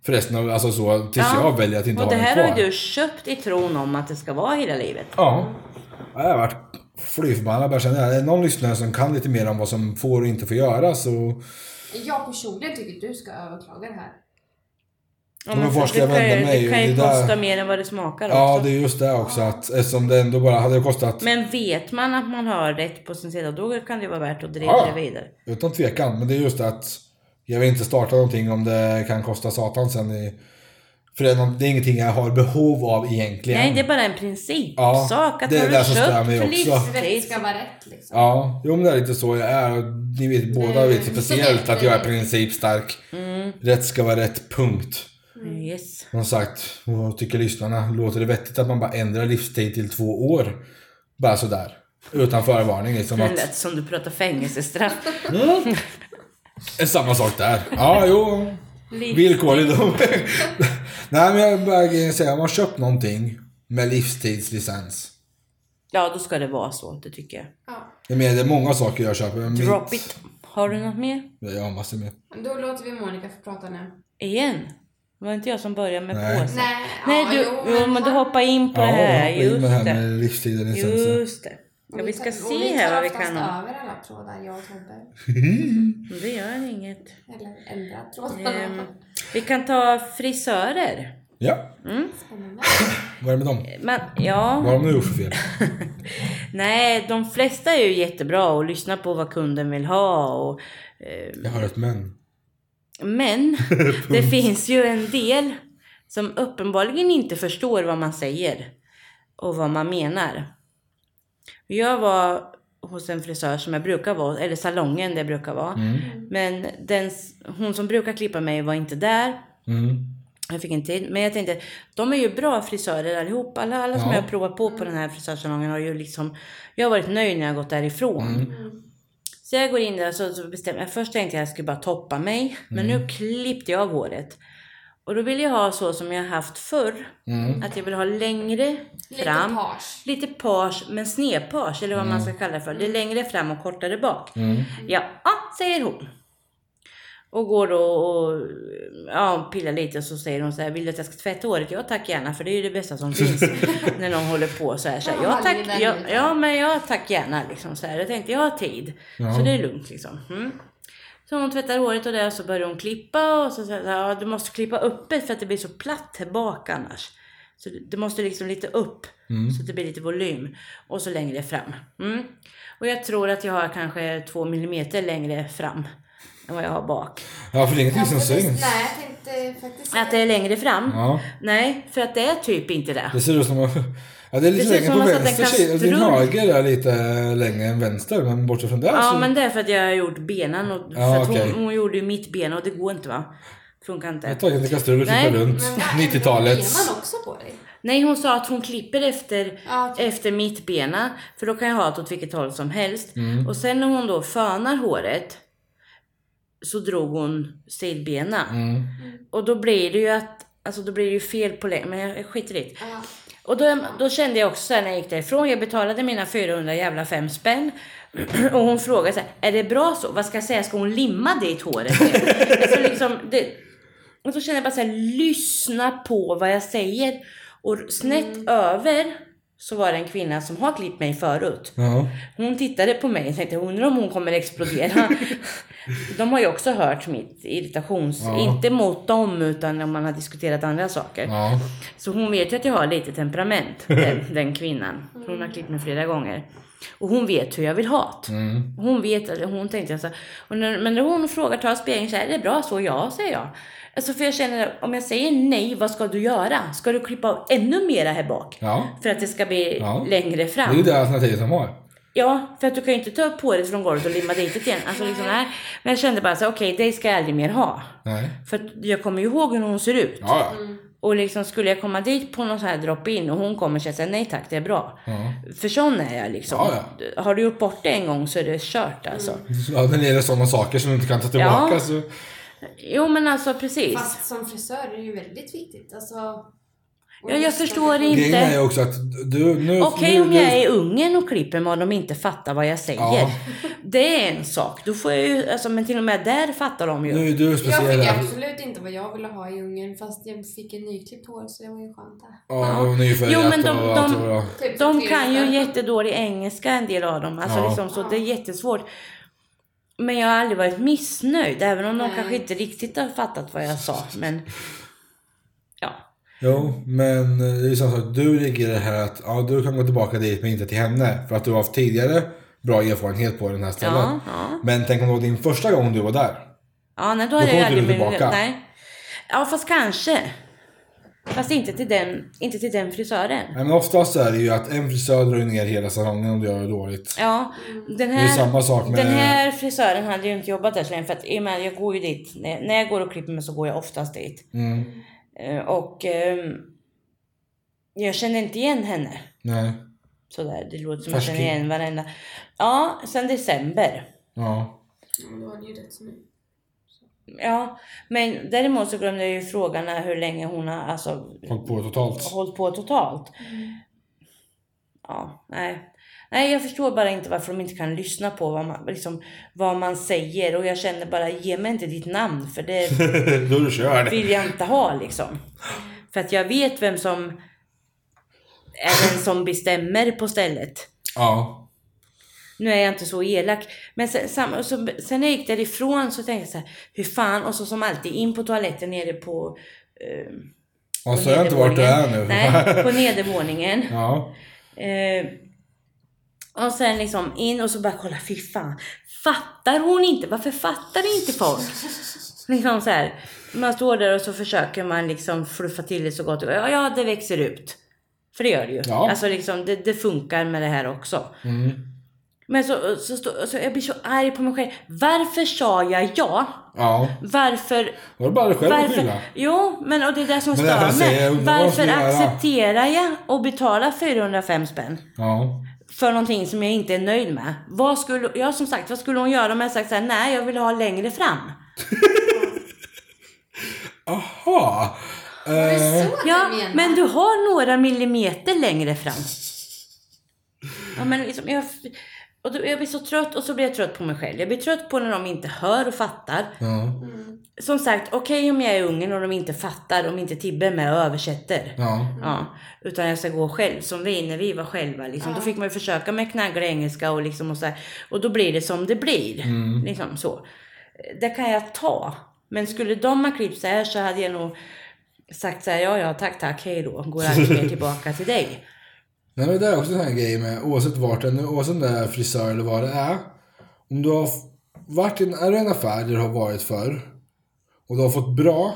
Speaker 1: Förresten, av- alltså så tills
Speaker 3: Ja.
Speaker 1: jag väljer att inte
Speaker 3: Och det
Speaker 1: ha den
Speaker 3: här har
Speaker 1: kvar.
Speaker 3: ju du köpt i tron om att det ska vara hela livet.
Speaker 1: Ja. Ja, Jag har varit fly förbannad. Bara känner, är det någon lyssnare som kan lite mer om vad som får och inte får göras så...
Speaker 2: Jag personligen tycker du ska överklaga det här.
Speaker 3: Ja,
Speaker 1: Men
Speaker 3: men
Speaker 1: var
Speaker 3: så
Speaker 1: ska jag
Speaker 3: det kan
Speaker 1: vända
Speaker 3: ju-
Speaker 1: mig?
Speaker 3: Det kan ju
Speaker 1: Det där-
Speaker 3: kosta mer än vad det smakar
Speaker 1: Ja,
Speaker 3: också.
Speaker 1: det är just det också. Att, eftersom det ändå bara hade kostat,
Speaker 3: Men vet man att man har rätt på sin sida, då kan det ju vara värt att driva
Speaker 1: Ja.
Speaker 3: det vidare.
Speaker 1: utan tvekan, men det är just det att jag vill inte starta någonting om det kan kosta satan sen. I, för det är, någon, det är ingenting jag har behov av egentligen.
Speaker 3: Nej, det är bara en principsak.
Speaker 1: Ja,
Speaker 3: att
Speaker 1: det är
Speaker 3: har
Speaker 1: det
Speaker 3: du
Speaker 1: som
Speaker 3: köpt
Speaker 1: stör mig
Speaker 3: för
Speaker 1: också.
Speaker 2: Rätt
Speaker 3: livstid
Speaker 2: ska vara rätt liksom.
Speaker 1: Ja, jo men det är lite så jag är. och Ni vet båda
Speaker 2: Mm,
Speaker 1: vet speciellt att jag är
Speaker 2: det-
Speaker 1: principstark. Rätt ska vara rätt, punkt.
Speaker 3: Mm. Yes.
Speaker 1: Som sagt, vad tycker lyssnarna? Låter det vettigt att man bara ändrar livstid till två år? Bara sådär. Utan förvarning liksom.
Speaker 3: Det
Speaker 1: Att,
Speaker 3: lät som du pratar fängelsestraff.
Speaker 1: är samma sak där. Ja, jo.
Speaker 3: Lite.
Speaker 1: Villkorlig dom. Nej, men jag bara säga, om man har köpt någonting med livstidslicens.
Speaker 3: Ja, då ska det vara så, det tycker jag.
Speaker 2: Ja.
Speaker 1: Jag menar, det är många saker jag köper. Men
Speaker 3: Drop it. Har du något mer?
Speaker 1: Jag har massor med.
Speaker 2: Då låter vi Monica få prata nu.
Speaker 3: Igen? Det var inte jag som började med
Speaker 1: Nej.
Speaker 3: påsen.
Speaker 2: Nej,
Speaker 3: Nej,
Speaker 2: ja,
Speaker 3: du,
Speaker 2: jo,
Speaker 3: jo, men du hoppar in på det här.
Speaker 1: jag hoppar in
Speaker 3: Just
Speaker 1: med det här
Speaker 3: det.
Speaker 1: med livstidslicensen.
Speaker 3: Just det.
Speaker 2: Och
Speaker 3: Ja, vi ska
Speaker 2: tar- och
Speaker 3: se här vad vi kan
Speaker 2: Vi tar
Speaker 3: ha.
Speaker 2: oftast över alla trådar, jag och Tobbe.
Speaker 3: Det gör inget.
Speaker 2: Eller ändra
Speaker 3: Ehm,
Speaker 2: trådarna.
Speaker 3: vi kan ta frisörer.
Speaker 1: Ja,
Speaker 3: Mm.
Speaker 2: Spännande.
Speaker 1: vad är det med dem?
Speaker 3: Men, ja.
Speaker 1: Vad har de nu gjort för fel?
Speaker 3: Nej, de flesta är ju jättebra och lyssnar på vad kunden vill ha. Och, eh,
Speaker 1: Jag har ett men.
Speaker 3: men det finns ju en del som uppenbarligen inte förstår vad man säger och vad man menar. Jag var hos en frisör som jag brukar vara, eller salongen där jag brukar vara.
Speaker 1: Mm.
Speaker 3: Men den, s- hon som brukar klippa mig var inte där.
Speaker 1: Mm.
Speaker 3: Jag fick en tid. Men jag tänkte, de är ju bra frisörer allihop. Alla, alla som
Speaker 1: Ja.
Speaker 3: jag har provat på på den här frisörsalongen har ju liksom... Jag har varit nöjd när jag har gått därifrån. Så jag går in där och så, så bestämmer jag. Först tänkte jag att jag skulle bara toppa mig. Men nu klippte jag av håret. Och då vill jag ha så som jag haft förr.
Speaker 1: Mm.
Speaker 3: Att jag vill ha längre
Speaker 2: Lite
Speaker 3: fram.
Speaker 2: page.
Speaker 3: Lite page, men snedpage eller vad man ska kalla det för. Det är längre fram och kortare bak.
Speaker 1: Mm.
Speaker 3: Ja, ah, säger hon. Och går då och ja, pillar lite och så säger hon så här, vill du att jag ska tvätta håret? Ja tack gärna, för det är ju det bästa som finns när någon håller på så här. Så här ja, tack, ja, ja, men ja tack gärna liksom så här. Jag tänkte jag har tid, så det är lugnt liksom. Mm. Så hon tvättar håret och där så börjar hon klippa och så säger hon så här, ja, du måste klippa öppet för att det blir så platt här bak annars. Så det måste liksom lite upp så att det blir lite volym. Och så längre fram. Mm. Och jag tror att jag har kanske två millimeter längre fram än vad jag har bak.
Speaker 1: Ja, för det är ingenting som
Speaker 2: Alltså, det-
Speaker 1: syns.
Speaker 2: Nej, jag tänkte faktiskt...
Speaker 3: Att det är längre fram?
Speaker 1: Ja,
Speaker 3: Nej, för att det är typ inte det.
Speaker 1: det ser ut som att... Ja, det är lite
Speaker 3: Det ser ut
Speaker 1: längre
Speaker 3: som
Speaker 1: på
Speaker 3: att man satt en
Speaker 1: vänster sida. Din
Speaker 3: kastrull.
Speaker 1: mage är lite längre än vänster, men bortsett från det
Speaker 3: Ja,
Speaker 1: så...
Speaker 3: men det är för att jag har gjort benen. Och, för
Speaker 1: Ja,
Speaker 3: att hon,
Speaker 1: okej.
Speaker 3: hon gjorde ju mitt ben och det går inte va? Funkar inte.
Speaker 1: Jag tar en kastrull och
Speaker 3: Nej,
Speaker 1: tittar runt.
Speaker 2: Men vad-
Speaker 1: 90-talets.
Speaker 2: Ser man också på dig?
Speaker 3: Nej, hon sa att hon klipper efter,
Speaker 2: Ja, typ.
Speaker 3: efter mitt bena. För då kan jag ha det åt vilket håll som helst.
Speaker 1: Mm.
Speaker 3: Och sen när hon då fönar håret så drog hon sidbena.
Speaker 1: Mm.
Speaker 3: Och då blir det ju att, alltså då blir det ju fel på längden. Men jag jag skiter i det.
Speaker 2: Ja.
Speaker 3: Och då, då kände jag också så här när jag gick därifrån, jag betalade mina 400 jävla fem spänn. Och hon frågade så här, är det bra så? Vad ska jag säga, ska hon limma dit håret? alltså liksom, det, och så kände jag bara så här, lyssna på vad jag säger. Och snett över så var det en kvinna som har klippt mig förut.
Speaker 1: Ja.
Speaker 3: Hon tittade på mig och tänkte, undrar om hon kommer explodera. De har ju också hört mitt irritations...
Speaker 1: Ja.
Speaker 3: Inte mot dem, utan när man har diskuterat andra saker.
Speaker 1: Ja.
Speaker 3: Så hon vet ju att jag har lite temperament, den, den kvinnan. För Hon har klippt mig flera gånger. Och hon vet hur jag vill ha det.
Speaker 1: Mm.
Speaker 3: Hon vet, att- hon tänkte alltså, och när, men när hon frågar, tar jag spegeln, så här, är det bra så? Ja, säger jag. Alltså för jag känner, om jag säger nej, vad ska du göra? Ska du klippa av ännu mera här bak?
Speaker 1: ja.
Speaker 3: För att det ska bli
Speaker 1: Ja.
Speaker 3: längre
Speaker 1: Det är ju
Speaker 3: fram?
Speaker 1: det alternativet de har.
Speaker 3: Ja, för att du kan ju inte ta upp håret från golvet och limma dit det igen. Alltså liksom, nej. Men jag kände bara så här, okej, det ska jag aldrig mer ha.
Speaker 1: Nej.
Speaker 3: För att jag kommer ju ihåg hur hon ser ut.
Speaker 1: Ja, ja.
Speaker 3: Och liksom skulle jag komma dit på någon sån här drop-in och hon kommer känna såhär, nej tack det är bra.
Speaker 1: Ja.
Speaker 3: För sån är jag liksom.
Speaker 1: Ja,
Speaker 3: Har du gjort bort det en gång så är det kört alltså.
Speaker 2: Mm,
Speaker 1: ja när det gäller sådana saker som du inte kan ta tillbaka
Speaker 3: Ja.
Speaker 1: så...
Speaker 3: Jo men alltså precis.
Speaker 2: Fast som frisör är det ju väldigt viktigt. Alltså,
Speaker 3: Ja,
Speaker 2: och
Speaker 3: jag
Speaker 2: just-
Speaker 3: förstår inte.
Speaker 1: Grejen är ju också att du... Nu,
Speaker 3: Okej
Speaker 1: nu,
Speaker 3: om jag
Speaker 1: nu-
Speaker 3: är i Ungern och klipper mig och de inte fattar vad jag säger.
Speaker 1: Ja.
Speaker 3: Det är en sak. Då får jag ju, alltså, men till och med där fattar de ju.
Speaker 1: Nu är du
Speaker 2: Jag
Speaker 1: speciell.
Speaker 2: fick
Speaker 1: Ja,
Speaker 2: absolut inte vad jag ville ha i Ungern fast jag fick en nyklippt hår så det var ju skönt där.
Speaker 1: och nyfärgat
Speaker 3: Jo, men de-
Speaker 1: och allt
Speaker 3: de-
Speaker 1: det bra.
Speaker 2: Typ
Speaker 3: De
Speaker 2: till-
Speaker 3: kan ju jättedålig engelska en del av dem. Alltså
Speaker 1: Ja.
Speaker 3: liksom, så
Speaker 2: Ja.
Speaker 3: det är jättesvårt. Men jag har aldrig varit missnöjd. Även om de
Speaker 2: Nej.
Speaker 3: kanske inte riktigt har fattat vad jag sa. Men ja.
Speaker 1: Jo, men det är ju samma sak. Du ligger i det här att ja, du kan gå tillbaka dit men inte till henne. För att du har haft tidigare bra erfarenhet på den här ställen.
Speaker 3: Ja, ja.
Speaker 1: Men tänk om det var din första gång du var där.
Speaker 3: ja nej, då
Speaker 1: Då
Speaker 3: hade
Speaker 1: kommer
Speaker 3: jag
Speaker 1: inte
Speaker 3: aldrig
Speaker 1: du
Speaker 3: blivit
Speaker 1: tillbaka.
Speaker 3: Nej. Ja, fast kanske. Fast inte till den, inte till den frisören.
Speaker 1: Nej, Men oftast så är det ju att en frisör drar ju ner hela salongen om du gör det dåligt.
Speaker 3: Ja, den
Speaker 1: Det är ju
Speaker 3: här,
Speaker 1: samma sak med...
Speaker 3: Eh, den här frisören hade ju inte jobbat där så länge. För att, i och med, att jag går ju dit. När när jag går och klipper mig så går jag oftast dit.
Speaker 1: Mm,
Speaker 3: Eh, Och ehm, jag känner inte igen henne.
Speaker 1: nej.
Speaker 3: Sådär, det låter som
Speaker 1: Färsking.
Speaker 3: jag känner igen varenda. Ja, sen december.
Speaker 1: Ja.
Speaker 2: Ja, men då var det ju rätt så nu.
Speaker 3: Ja, men däremot så glömde jag ju frågan här hur länge hon har alltså,
Speaker 1: Hållit på totalt.
Speaker 3: hållit på totalt. Ja, nej. Nej, jag förstår bara inte varför de inte kan lyssna på vad man, liksom, vad man säger. Och jag känner bara, ge mig inte ditt namn för det
Speaker 1: Då är du körd.
Speaker 3: vill jag inte ha liksom. För att jag vet vem som är den som bestämmer på stället.
Speaker 1: Ja.
Speaker 3: Nu är jag inte så elak. Men sen, sam, och så, sen när jag gick därifrån så tänkte jag så här, hur fan? Och så som alltid in på toaletten nere på... Eh, på
Speaker 1: Och så har Alltså, jag inte vart du är nu.
Speaker 3: nedervåningen. Nej, på nedervåningen.
Speaker 1: Ja.
Speaker 3: Eh, och sen liksom in och så bara kolla, fy fan. Fattar hon inte? Varför fattar inte folk? Liksom så här, man står där och så försöker man liksom fluffa till det så gott det går. Ja, ja, det växer ut. För det gör det ju.
Speaker 1: Ja.
Speaker 3: Alltså liksom, det, det funkar med det här också.
Speaker 1: Mm.
Speaker 3: Men så, så, så, så jag blir så arg på mig själv. Varför sa jag ja?
Speaker 1: Ja.
Speaker 3: Varför
Speaker 1: Då är det bara du själv att
Speaker 3: varför?
Speaker 1: skylla.
Speaker 3: Jo, men och det är det som
Speaker 1: Men det är
Speaker 3: stör
Speaker 1: för att säga,
Speaker 3: mig.
Speaker 1: jag undrar vad
Speaker 3: Varför
Speaker 1: de ska göra.
Speaker 3: accepterar jag och betalar 405 spänn?
Speaker 1: Ja.
Speaker 3: för någonting som jag inte är nöjd med. Vad skulle, ja som sagt, vad skulle hon göra om jag sagt såhär, nej jag vill ha längre fram.
Speaker 1: Aha.
Speaker 2: Det
Speaker 1: Eh,
Speaker 2: är så
Speaker 3: Ja,
Speaker 2: du menar.
Speaker 3: men du har några millimeter längre fram. Ja, men liksom, jag, och då, jag blir så trött och så blir jag trött på mig själv. Jag blir trött på när de inte hör och fattar.
Speaker 1: ja.
Speaker 3: Som sagt, okej om jag är i Ungern och de inte fattar, om inte Tibbe är med och översätter.
Speaker 1: Ja.
Speaker 3: Ja, utan jag ska gå själv som vi när vi var själva. Liksom. Då fick man ju försöka med knagglig engelska och, liksom och, så här, och då blir det som det blir.
Speaker 1: Mm.
Speaker 3: Liksom så. Det kan jag ta. Men skulle de ha klippt så här så hade jag nog sagt så här, ja ja tack tack, hej då, går allt mer tillbaka till dig.
Speaker 1: Nej men det är också en sån här grej med oavsett vart det är, oavsett om det är frisör eller vad det är. Om du har f- varit i en, är du i en affär där du har varit förr och du har fått bra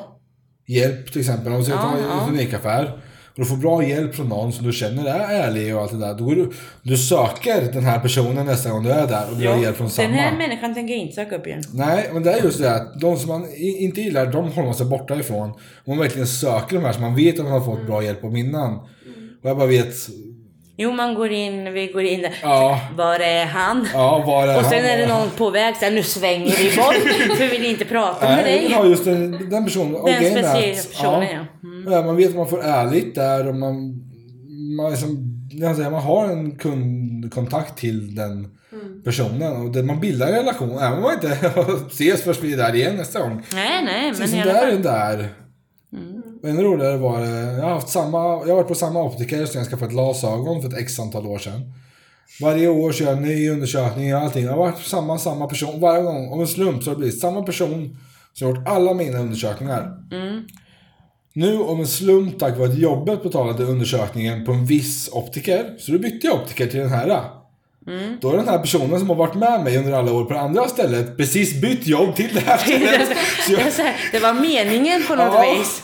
Speaker 1: hjälp till exempel. Om du säger att du
Speaker 3: Ja,
Speaker 1: har
Speaker 3: ja.
Speaker 1: en unikaffär och du får bra hjälp från någon som du känner är ärlig och allt det där. Då går du, du söker den här personen nästa gång du är där och du har hjälp från samma.
Speaker 3: Den här människan tänker jag inte söka upp igen.
Speaker 1: Nej, men det är just det att de som man i- inte gillar, de håller man sig borta ifrån. Och man verkligen söker de här som man vet att man har fått bra hjälp av innan. Och jag bara vet,
Speaker 3: Jo man går in, vi går in där.
Speaker 1: ja,
Speaker 3: Var är han?
Speaker 1: ja var är
Speaker 3: Och sen
Speaker 1: han?
Speaker 3: är det någon på väg så här, nu svänger vi bort för vi vill inte prata med
Speaker 1: Nej, jag vill
Speaker 3: dig.
Speaker 1: ha just den, den personen. Den
Speaker 3: speciella personen, ja.
Speaker 1: Mm. Man vet att man får ärligt där och man, man, liksom, jag säger, man har en kundkontakt till den
Speaker 3: Mm.
Speaker 1: personen. Och det, man bildar en relation, även om man inte ses först vi är där igen nästa gång.
Speaker 3: Nej nej men
Speaker 1: Men
Speaker 3: i alla
Speaker 1: det är
Speaker 3: fall. Mm.
Speaker 1: den där. Och ännu roligare var det, jag har haft samma, jag har varit på samma optiker sen jag skaffade glasögon för ett x antal år sedan. Varje år kör jag en ny undersökning och allting. Jag har varit på samma, samma person varje gång. Om en slump så har det blivit samma person som har gjort alla mina undersökningar.
Speaker 3: Mm.
Speaker 1: Nu om en slump tack vare att jobbet betalade undersökningen på en viss optiker. Så då bytte jag optiker till den här.
Speaker 3: Mm.
Speaker 1: Då är den här personen som har varit med mig under alla år på det andra stället precis bytt jobb till det här stället. Så jag-
Speaker 3: Det, är så här, det var meningen på något
Speaker 1: Ja.
Speaker 3: vis.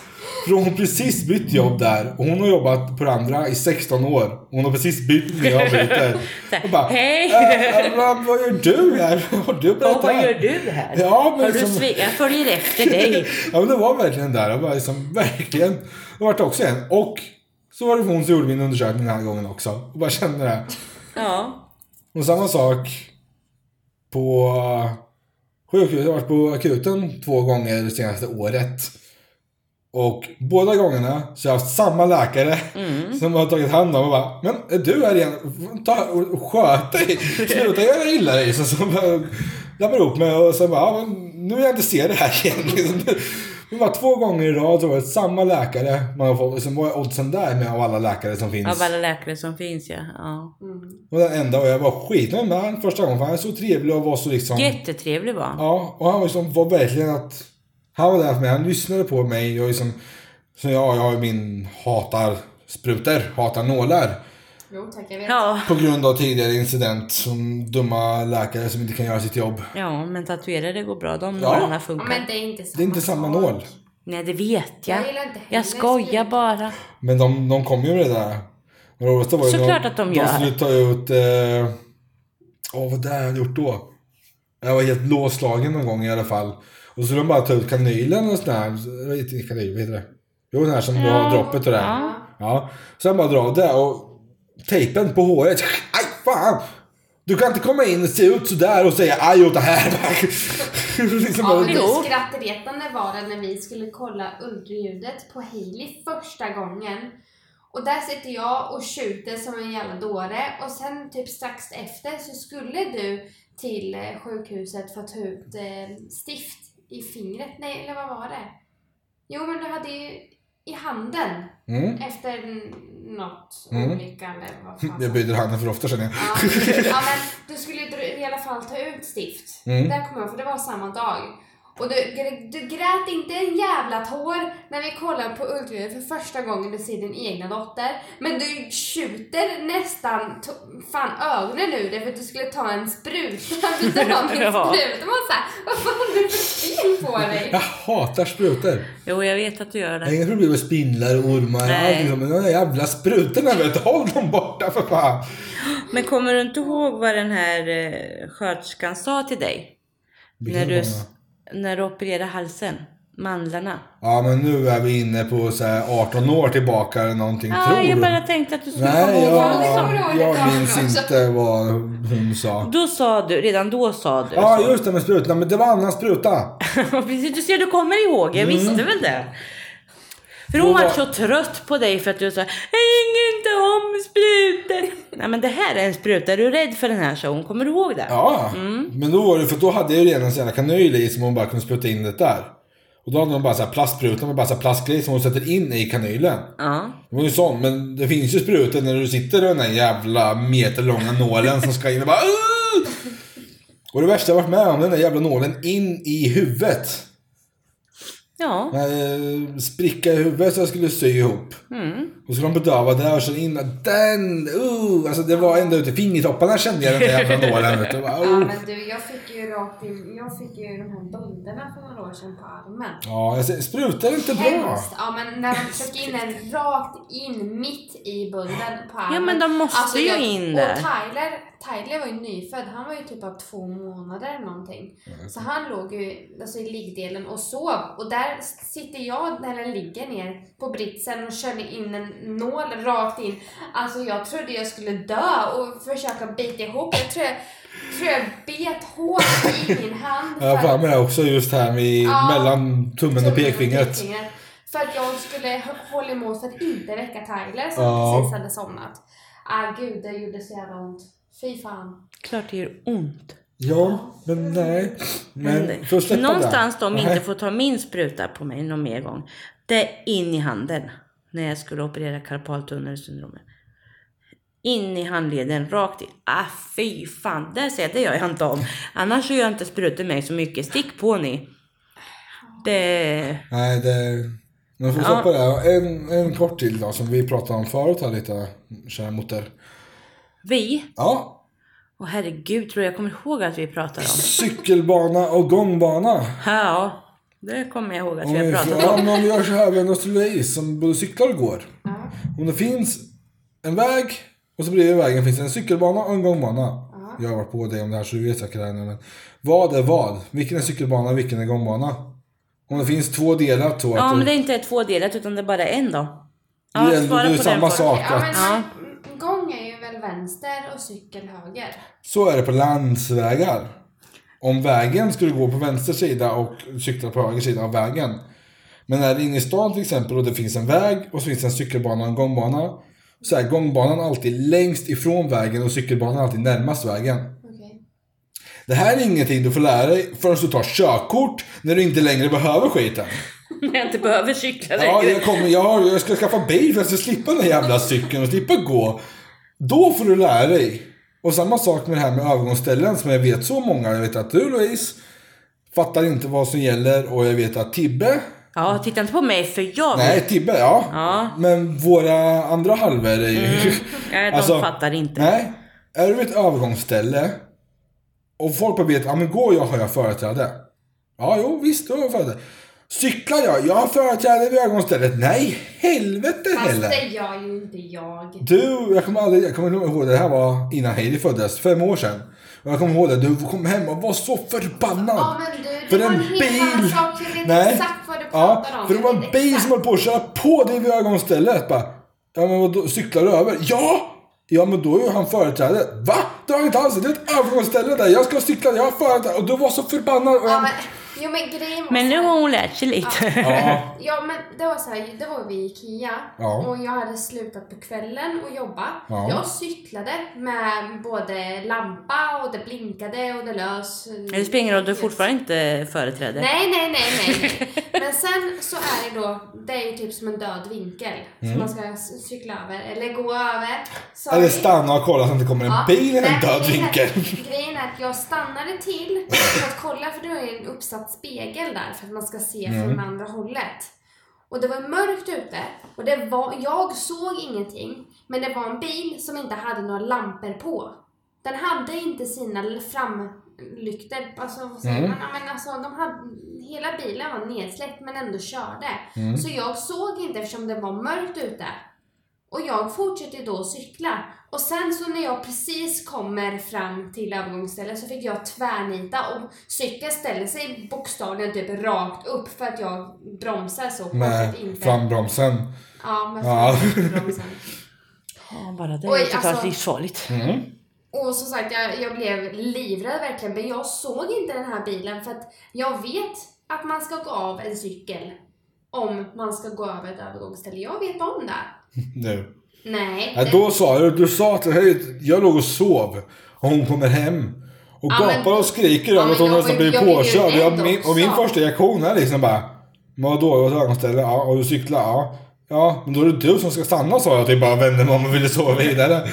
Speaker 1: för hon har precis bytt jobb där och hon har jobbat på det andra i 16 år. Och Hon har precis bytt när jag byter.
Speaker 3: Så här,
Speaker 1: Och bara,
Speaker 3: "Hej."
Speaker 1: "Eh, eh, vad vad gör du här? Vad Har du
Speaker 3: Vad
Speaker 1: berättat
Speaker 3: vad
Speaker 1: här?"
Speaker 3: gör du här?
Speaker 1: Ja, men
Speaker 3: har du
Speaker 1: liksom-
Speaker 3: svi- Jag följer efter dig.
Speaker 1: Ja men det var verkligen där. Jag bara liksom, verkligen. Det vart också en. Och så var det hon som gjorde min undersökning den här gången också. Och bara kände det.
Speaker 3: Ja.
Speaker 1: Och samma sak på sjukhuset. Jag har varit på akuten två gånger det senaste året. Och båda gångerna så har jag haft samma läkare
Speaker 3: Mm.
Speaker 1: som har tagit hand om och bara Men är du här igen? Ta och sköt dig! Sluta göra illa dig! Så, så bara, lappar ihop mig och sen bara ja, men Nu vill jag inte se det här igen. Liksom. Det var två gånger i rad så var det samma läkare man har fått. Sen var oddsen där med av alla läkare som finns.
Speaker 3: Av alla läkare som finns ja. ja.
Speaker 1: Och den enda och jag var skitnöjd med honom första gången för han är så trevlig och var så liksom...
Speaker 3: Jättetrevlig var han.
Speaker 1: Ja, och han var liksom, var verkligen att... Han var där för mig, han lyssnade på mig och liksom... Så jag, jag har ju min hatar sprutor, hatar nålar.
Speaker 2: Jo tack, jag vet.
Speaker 3: Ja.
Speaker 1: På grund av tidigare incident som dumma läkare som inte kan göra sitt jobb.
Speaker 3: Ja men tatuerare går bra. De
Speaker 1: Ja.
Speaker 3: nålarna
Speaker 2: Ja,
Speaker 3: funkar.
Speaker 2: men det är inte samma
Speaker 1: Det är inte samma
Speaker 2: sak.
Speaker 1: nål.
Speaker 3: Nej det vet jag.
Speaker 2: Jag gillar inte heller
Speaker 3: jag skojar
Speaker 2: sprit.
Speaker 3: bara.
Speaker 1: Men de, de kom ju med det där. Och det roligaste var ju
Speaker 3: Såklart att de gör.
Speaker 1: De skulle ta ut... Eh, åh, vad det hade jag gjort då? Jag var helt låslagen någon gång i alla fall. Och så skulle de bara ta ut kanylen och sån här. Jag vet inte kanyl, vad heter det? Jo, den här som du har droppet och det. här.
Speaker 3: Ja.
Speaker 1: Ja. Sen bara dra av det och tejpen på håret. Aj, fan! Du kan inte komma in och se ut sådär och säga aj åt det här. liksom
Speaker 2: Ja,
Speaker 1: bara,
Speaker 2: men
Speaker 3: Jo.
Speaker 2: det skrattretande var det när vi skulle kolla ultraljudet på Hailey första gången. Och där sitter jag och tjuter som en jävla dåre och sen typ strax efter så skulle du till eh, sjukhuset för att ta ut eh, stift i fingret. Nej, eller vad var det? Jo, men du hade ju i handen
Speaker 1: mm.
Speaker 2: efter n- något
Speaker 1: Mm.
Speaker 2: olycka eller vad fan
Speaker 1: Jag
Speaker 2: som-
Speaker 1: byter handen för ofta känner jag.
Speaker 2: Ja, ja men du skulle ju dra- i alla fall ta ut stift.
Speaker 1: Mm.
Speaker 2: Där kommer jag för det var samma dag. Och du, gr- du grät inte en jävla tår när vi kollade på ultraljudet för första gången du ser din egna dotter. Men du tjuter nästan to- fan ögonen ur dig för att du skulle ta en spruta. Du tar min
Speaker 3: Ja.
Speaker 2: spruta. Man såhär, vad fan har du för fel på dig?
Speaker 1: Jag hatar sprutor.
Speaker 3: Jo jag vet att du gör
Speaker 1: Jag har
Speaker 3: det.
Speaker 1: inga problem med spindlar och ormar och
Speaker 3: Nej.
Speaker 1: allting sånt, men de där jävla sprutorna vet du, håll dem borta för fan.
Speaker 3: Men kommer du inte ihåg vad den här eh, sköterskan sa till dig? När
Speaker 1: Vilken
Speaker 3: du,
Speaker 1: många.
Speaker 3: när du opererade halsen? Mandlarna?
Speaker 1: Ja men nu är vi inne på så här 18 år tillbaka eller någonting,
Speaker 3: Ah,
Speaker 1: tror
Speaker 3: jag
Speaker 1: du?
Speaker 3: bara tänkte att du skulle komma
Speaker 1: Nej,
Speaker 3: ihåg vad hon sa.
Speaker 1: jag,
Speaker 2: sa.
Speaker 1: jag minns
Speaker 2: Också.
Speaker 1: inte vad hon sa.
Speaker 3: Då sa du, redan då sa du.
Speaker 1: Ja
Speaker 3: så.
Speaker 1: just det med sprutorna, men det var annan spruta.
Speaker 3: Precis, du ser du kommer ihåg, jag visste väl det. För
Speaker 1: Mm. Då
Speaker 3: hon var
Speaker 1: var-
Speaker 3: så trött på dig för att du sa Jag tycker inte om sprutor. Nej men det här är en spruta, är du rädd för den här så hon kommer du ihåg det?
Speaker 1: Ja,
Speaker 3: Mm.
Speaker 1: men då var det för då hade jag ju redan en sån här kanyl i som hon bara kunde spruta in det där. Och då hade hon bara så här plastspruta med bara så här plastgrej som hon sätter in i kanylen.
Speaker 3: Ja.
Speaker 1: Det var ju sån, men det finns ju sprutor när du sitter i den där jävla meterlånga nålen som ska in och bara "Åh!" Och det värsta jag varit med om, den där jävla nålen in i huvudet.
Speaker 3: Ja.
Speaker 1: Eh, spricka i huvudet så jag skulle sy ihop.
Speaker 3: Mm.
Speaker 1: Och så skulle de bedöva det och sen in den, uh, alltså det var ända ut i fingertopparna kände jag den där jävla nålen. vet du. Bara,
Speaker 2: Ja
Speaker 1: uh.
Speaker 2: men du, jag fick ju rakt in, jag fick ju de här bilderna för några år sedan på armen.
Speaker 1: Ja, jag ser, sprutar inte bra.
Speaker 2: Hemskt! Ja men när de trycker in en rakt in mitt i bulden på armen. Alltså,
Speaker 3: Ja, men de måste ju
Speaker 2: jag-
Speaker 3: in
Speaker 2: Och
Speaker 3: där.
Speaker 2: Tyler, Tyler var ju nyfödd, han var ju typ av två månader eller någonting.
Speaker 1: Mm.
Speaker 2: Så han låg ju alltså, i liggdelen och sov och där sitter jag, när jag ligger ner på britsen och körde in en nål rakt in. Alltså jag trodde jag skulle dö och försöka bita ihop. Jag tror jag, tror jag bet hårt i min hand.
Speaker 1: Jag har
Speaker 2: för-
Speaker 1: för mig det också just här vid,
Speaker 2: Ja.
Speaker 1: mellan tummen och pekfingret.
Speaker 2: för att jag skulle h- hålla emot för att inte väcka Tyler som
Speaker 1: Ja.
Speaker 2: precis hade somnat. Ah gud, det gjorde så jävla ont. Fy fan.
Speaker 3: Klart det gör ont.
Speaker 1: Ja, men nej. Men för att släppa
Speaker 3: någonstans
Speaker 1: det.
Speaker 3: de
Speaker 1: Nej.
Speaker 3: inte får ta min spruta på mig någon mer gång. Det är in i handen. När jag skulle operera karpaltunnelsyndromet. In i handleden, rakt in. Ah fy fan, det ser jag, det gör jag inte om. Annars så gör jag inte sprutor mig så mycket. Stick på ni. Det...
Speaker 1: Nej, det... Men får
Speaker 3: Ja.
Speaker 1: stoppa det. här. En, en kort till då, som vi pratade om förut här lite, kära motter.
Speaker 3: Vi?
Speaker 1: Ja,
Speaker 3: Åh herregud, tror jag kommer ihåg att vi pratade om.
Speaker 1: cykelbana och gångbana.
Speaker 3: Ja, det kommer jag ihåg att
Speaker 1: Om
Speaker 3: vi har
Speaker 1: vi,
Speaker 3: pratat
Speaker 1: ja,
Speaker 3: om.
Speaker 1: men om vi gör så här vid en Österleis som både cyklar och går.
Speaker 2: Ja.
Speaker 1: Om det finns en väg och så bredvid vägen finns det en cykelbana och en gångbana.
Speaker 2: Ja.
Speaker 1: Jag har varit på dig om det här så du vet säkert det här nu. Men vad är vad? Vilken är cykelbana och vilken är gångbana? Om det finns två delar tror jag
Speaker 3: Ja,
Speaker 1: att
Speaker 3: men det
Speaker 1: det,
Speaker 3: är inte tvådelat utan det är bara en då.
Speaker 1: det gäller det är samma
Speaker 3: först.
Speaker 1: sak.
Speaker 2: Ja,
Speaker 1: Att,
Speaker 2: men
Speaker 3: Ja.
Speaker 2: m- gång är ju väl vänster och cykel höger.
Speaker 1: Så är det på landsvägar. Om vägen skulle gå på vänster sida och cykla på höger sida av vägen. Men är det inne i stan till exempel och det finns en väg och så finns det en cykelbana och en gångbana. Så är gångbanan alltid längst ifrån vägen och cykelbanan alltid närmast vägen.
Speaker 2: Okej.
Speaker 1: Det här är ingenting du får lära dig förrän du tar körkort när du inte längre behöver skiten.
Speaker 3: När jag inte behöver cykla
Speaker 1: Ja,
Speaker 3: längre.
Speaker 1: jag, kommer, jag, har, jag ska skaffa bil för att jag ska slippa den där jävla cykeln och slippa gå. Då får du lära dig. Och samma sak med det här med övergångsställen som jag vet så många. Jag vet att du Louise fattar inte vad som gäller och jag vet att Tibbe.
Speaker 3: Ja, titta inte på mig för jag vet.
Speaker 1: Nej, Tibbe ja.
Speaker 3: Ja.
Speaker 1: Men våra andra halvor är ju...
Speaker 3: Nej, de fattar inte.
Speaker 1: Alltså- Nej. Är du vid ett övergångsställe och folk bara vet, ja men går jag har jag företräde. Ja, jo visst, då har jag företräde. Cyklar jag? Jag har företräde vid övergångsstället. Nej, helvete
Speaker 2: Fast
Speaker 1: heller.
Speaker 2: det gör ju inte jag.
Speaker 1: Du, jag kommer aldrig, jag kommer nog ihåg det här var innan Heidi föddes, fem år sedan. Och jag kommer ihåg det, du kom hem och var så förbannad.
Speaker 2: Ja men du, det
Speaker 1: För
Speaker 2: var en
Speaker 1: en
Speaker 2: helt annan
Speaker 1: bil-
Speaker 2: sak. Jag vet
Speaker 1: Nej.
Speaker 2: exakt vad du
Speaker 1: Ja,
Speaker 2: pratar om.
Speaker 1: för det
Speaker 2: Jag
Speaker 1: var
Speaker 2: vet
Speaker 1: en bil
Speaker 2: exakt.
Speaker 1: som höll på att köra på dig vid ögonstället. Bara, ja men vadå, cyklar du över? Ja! Ja men då är ju han företräde. Va? Det har jag inte alls, det är ett övergångsställe där. Jag ska cykla, jag har företräde. Och du var så förbannad. Och
Speaker 2: Ja,
Speaker 1: jag...
Speaker 2: men, jo men grejen var
Speaker 3: Men nu
Speaker 2: så här-
Speaker 3: har hon lärt sig lite.
Speaker 1: Ja.
Speaker 2: Ja men det var så här, det var vi i IKEA
Speaker 1: Ja.
Speaker 2: och jag hade slutat på kvällen och jobba.
Speaker 1: Ja.
Speaker 2: Jag cyklade med både lampa och det blinkade och det lös.
Speaker 3: Nu springer och du fortfarande inte företräde.
Speaker 2: Nej, nej, nej, nej, nej. Men sen så är det då, det är ju typ som en död vinkel som man ska c- cykla över eller gå över. Sorry.
Speaker 1: Mm. Eller stanna och kolla så att det kommer en
Speaker 2: Ja.
Speaker 1: bil i
Speaker 2: Nej,
Speaker 1: en död
Speaker 2: grejen är-
Speaker 1: vinkel.
Speaker 2: Grejen är att jag stannade till för att kolla för det är en uppsatt spegel där för att man ska se
Speaker 1: Mm.
Speaker 2: från andra hållet. Och det var mörkt ute och det var, jag såg ingenting men det var en bil som inte hade några lampor på. Den hade inte sina l- framlyktor, alltså vad säger
Speaker 1: Mm.
Speaker 2: man? Ja, Men alltså, de hade, hela bilen var nedsläckt men ändå körde.
Speaker 1: Mm.
Speaker 2: Så jag såg inte eftersom det var mörkt ute. Och jag fortsätter ju då att cykla. Och sen så när jag precis kommer fram till övergångsstället så fick jag tvärnita och cykeln ställer sig bokstavligen typ rakt upp för att jag bromsar så
Speaker 1: Med
Speaker 2: konstigt inte.
Speaker 1: frambromsen.
Speaker 2: Ja, med
Speaker 1: Ja.
Speaker 2: frambromsen.
Speaker 3: Ja, bara det
Speaker 2: Oj,
Speaker 3: är totalt
Speaker 2: alltså.
Speaker 3: livsfarligt.
Speaker 1: Mm.
Speaker 2: Och som sagt, jag, jag blev livrädd verkligen. Men jag såg inte den här bilen för att jag vet att man ska gå av en cykel om man ska gå över ett övergångsställe. Jag vet om det.
Speaker 1: Nu.
Speaker 2: Nej.
Speaker 1: Ja,
Speaker 2: det-
Speaker 1: då sa du, du sa att hej, jag låg och sov och hon kommer hem och
Speaker 2: Ja, men-
Speaker 1: gapar och skriker
Speaker 2: Ja,
Speaker 1: över att
Speaker 2: men
Speaker 1: hon
Speaker 2: jag
Speaker 1: nästan
Speaker 2: var ju-
Speaker 1: blir
Speaker 2: jag blev ju
Speaker 1: påkörd.
Speaker 2: rädd
Speaker 1: Jag, min, och min
Speaker 2: också.
Speaker 1: första reaktion är liksom bara, men vadå, jag var ett ögonställe, ja, och du cyklar, ja. Ja, men då är det du som ska stanna sa jag typ bara vände mig om och ville sova vidare.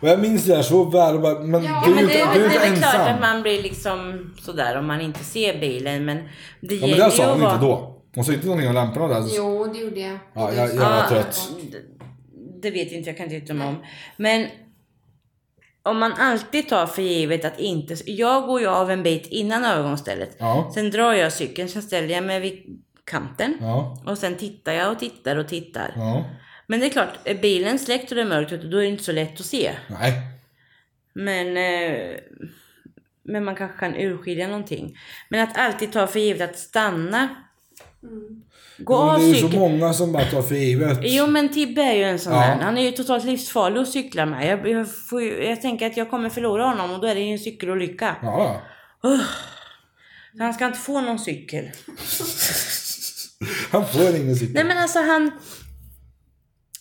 Speaker 1: Och jag minns det där så väl, och bara, men
Speaker 2: Ja,
Speaker 1: du är
Speaker 3: Men
Speaker 1: ju
Speaker 3: det,
Speaker 1: inte,
Speaker 3: är-
Speaker 1: du är
Speaker 3: det
Speaker 1: inte
Speaker 3: är väl klart
Speaker 1: ensam.
Speaker 3: att man blir liksom sådär om man inte ser bilen. Men det
Speaker 1: Ja,
Speaker 3: gäller
Speaker 1: men det
Speaker 3: ju
Speaker 1: sa
Speaker 3: att
Speaker 1: hon inte
Speaker 3: vara...
Speaker 1: då. Hon sa inte någonting om lamporna där.
Speaker 2: Jo, det gjorde jag.
Speaker 1: Ja,
Speaker 2: Det
Speaker 1: jag-
Speaker 2: var
Speaker 1: jag var
Speaker 2: så-
Speaker 1: trött.
Speaker 3: d- Det vet inte jag, kan inte yttra mig om. Men om man alltid tar för givet att inte... Jag går ju av en bit innan övergångsstället.
Speaker 1: Ja.
Speaker 3: Sen drar jag cykeln, sen ställer jag mig vid kanten.
Speaker 1: Ja.
Speaker 3: Och sen tittar jag och tittar och tittar.
Speaker 1: Ja.
Speaker 3: Men det är klart, är bilen släckt och det är mörkt ute, då är det inte så lätt att se.
Speaker 1: Nej.
Speaker 3: Men, eh, men man kanske kan urskilja någonting. Men att alltid ta för givet att stanna.
Speaker 2: Mm.
Speaker 3: Gå
Speaker 1: Men
Speaker 3: av
Speaker 1: det är ju så
Speaker 3: cykeln.
Speaker 1: många som bara tar för givet.
Speaker 3: Jo men Tibbe är ju en sån
Speaker 1: Ja.
Speaker 3: där. Han är ju totalt livsfarlig att cykla med. Jag, jag, får ju, jag tänker att jag kommer förlora honom och då är det ju en cykelolycka.
Speaker 1: Ja.
Speaker 3: Så han ska inte få någon cykel.
Speaker 1: Han får ingen
Speaker 3: Nej
Speaker 1: cykel.
Speaker 3: men alltså han...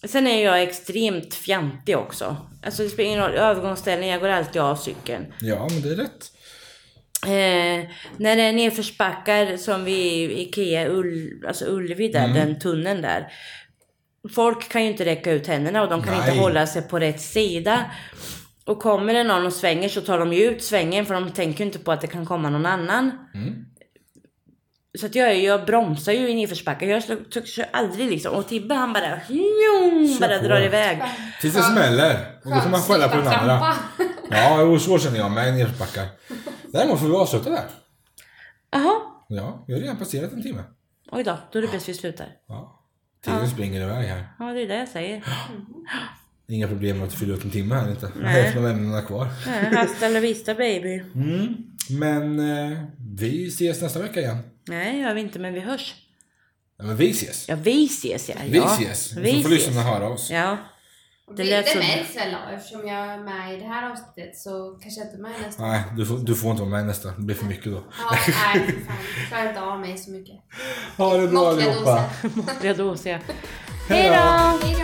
Speaker 3: Sen är jag extremt fjantig också. Alltså det spelar ingen roll, övergångsställning, jag går alltid av cykeln.
Speaker 1: Ja, men det är rätt.
Speaker 3: Eh, när det är nedförsbackar som vid Ikea, Ull, alltså Ullevi där,
Speaker 1: Mm.
Speaker 3: den tunneln där. Folk kan ju inte räcka ut händerna och de kan
Speaker 1: Nej.
Speaker 3: inte hålla sig på rätt sida. Och kommer det någon och svänger så tar de ju ut svängen för de tänker ju inte på att det kan komma någon annan.
Speaker 1: Mm.
Speaker 3: Så att jag, jag bromsar ju i nedförsbackar. Jag slår, tryck- kör aldrig liksom. Och Tibbe han bara, njong, bara
Speaker 1: på.
Speaker 3: drar iväg.
Speaker 1: Tills det smäller. Och då får man skälla på den
Speaker 2: Slippa
Speaker 1: andra.
Speaker 2: trampa.
Speaker 1: Ja, jo, så känner jag med i nedförsbackar. Däremot får vi avsluta där.
Speaker 3: Jaha,
Speaker 1: Ja, vi har redan passerat en timme.
Speaker 3: oj då, då är det bäst vi slutar.
Speaker 1: Ja. Tiden springer iväg här.
Speaker 3: Ja, det är det jag säger.
Speaker 1: Inga problem med att fylla ut en timme här inte.
Speaker 3: Nej.
Speaker 1: Hälften av ämnena kvar.
Speaker 3: Nej, Hasta la vista baby.
Speaker 1: Mm. Men eh, vi ses nästa vecka igen.
Speaker 3: Nej, gör vi inte, men vi hörs.
Speaker 1: Nej, men vi ses.
Speaker 3: Ja, vi ses ja.
Speaker 1: Vi
Speaker 3: ja.
Speaker 1: ses.
Speaker 3: Vi
Speaker 1: Vi får
Speaker 3: ses.
Speaker 1: lyssnarna höra oss.
Speaker 3: Ja. Det
Speaker 2: Det,
Speaker 3: lät
Speaker 2: det
Speaker 3: som-
Speaker 2: märks väl då, eftersom jag är med i det här avsnittet så kanske jag inte är med nästa.
Speaker 1: Nej, du får, du får inte vara med nästa. Det blir för mycket då.
Speaker 2: Ja, nej, för fan. Jag klarar inte av mig så mycket.
Speaker 1: Ha det bra
Speaker 2: Måttliga
Speaker 1: allihopa.
Speaker 2: doser.
Speaker 3: Måttliga doser. Hej då!
Speaker 2: Hej då!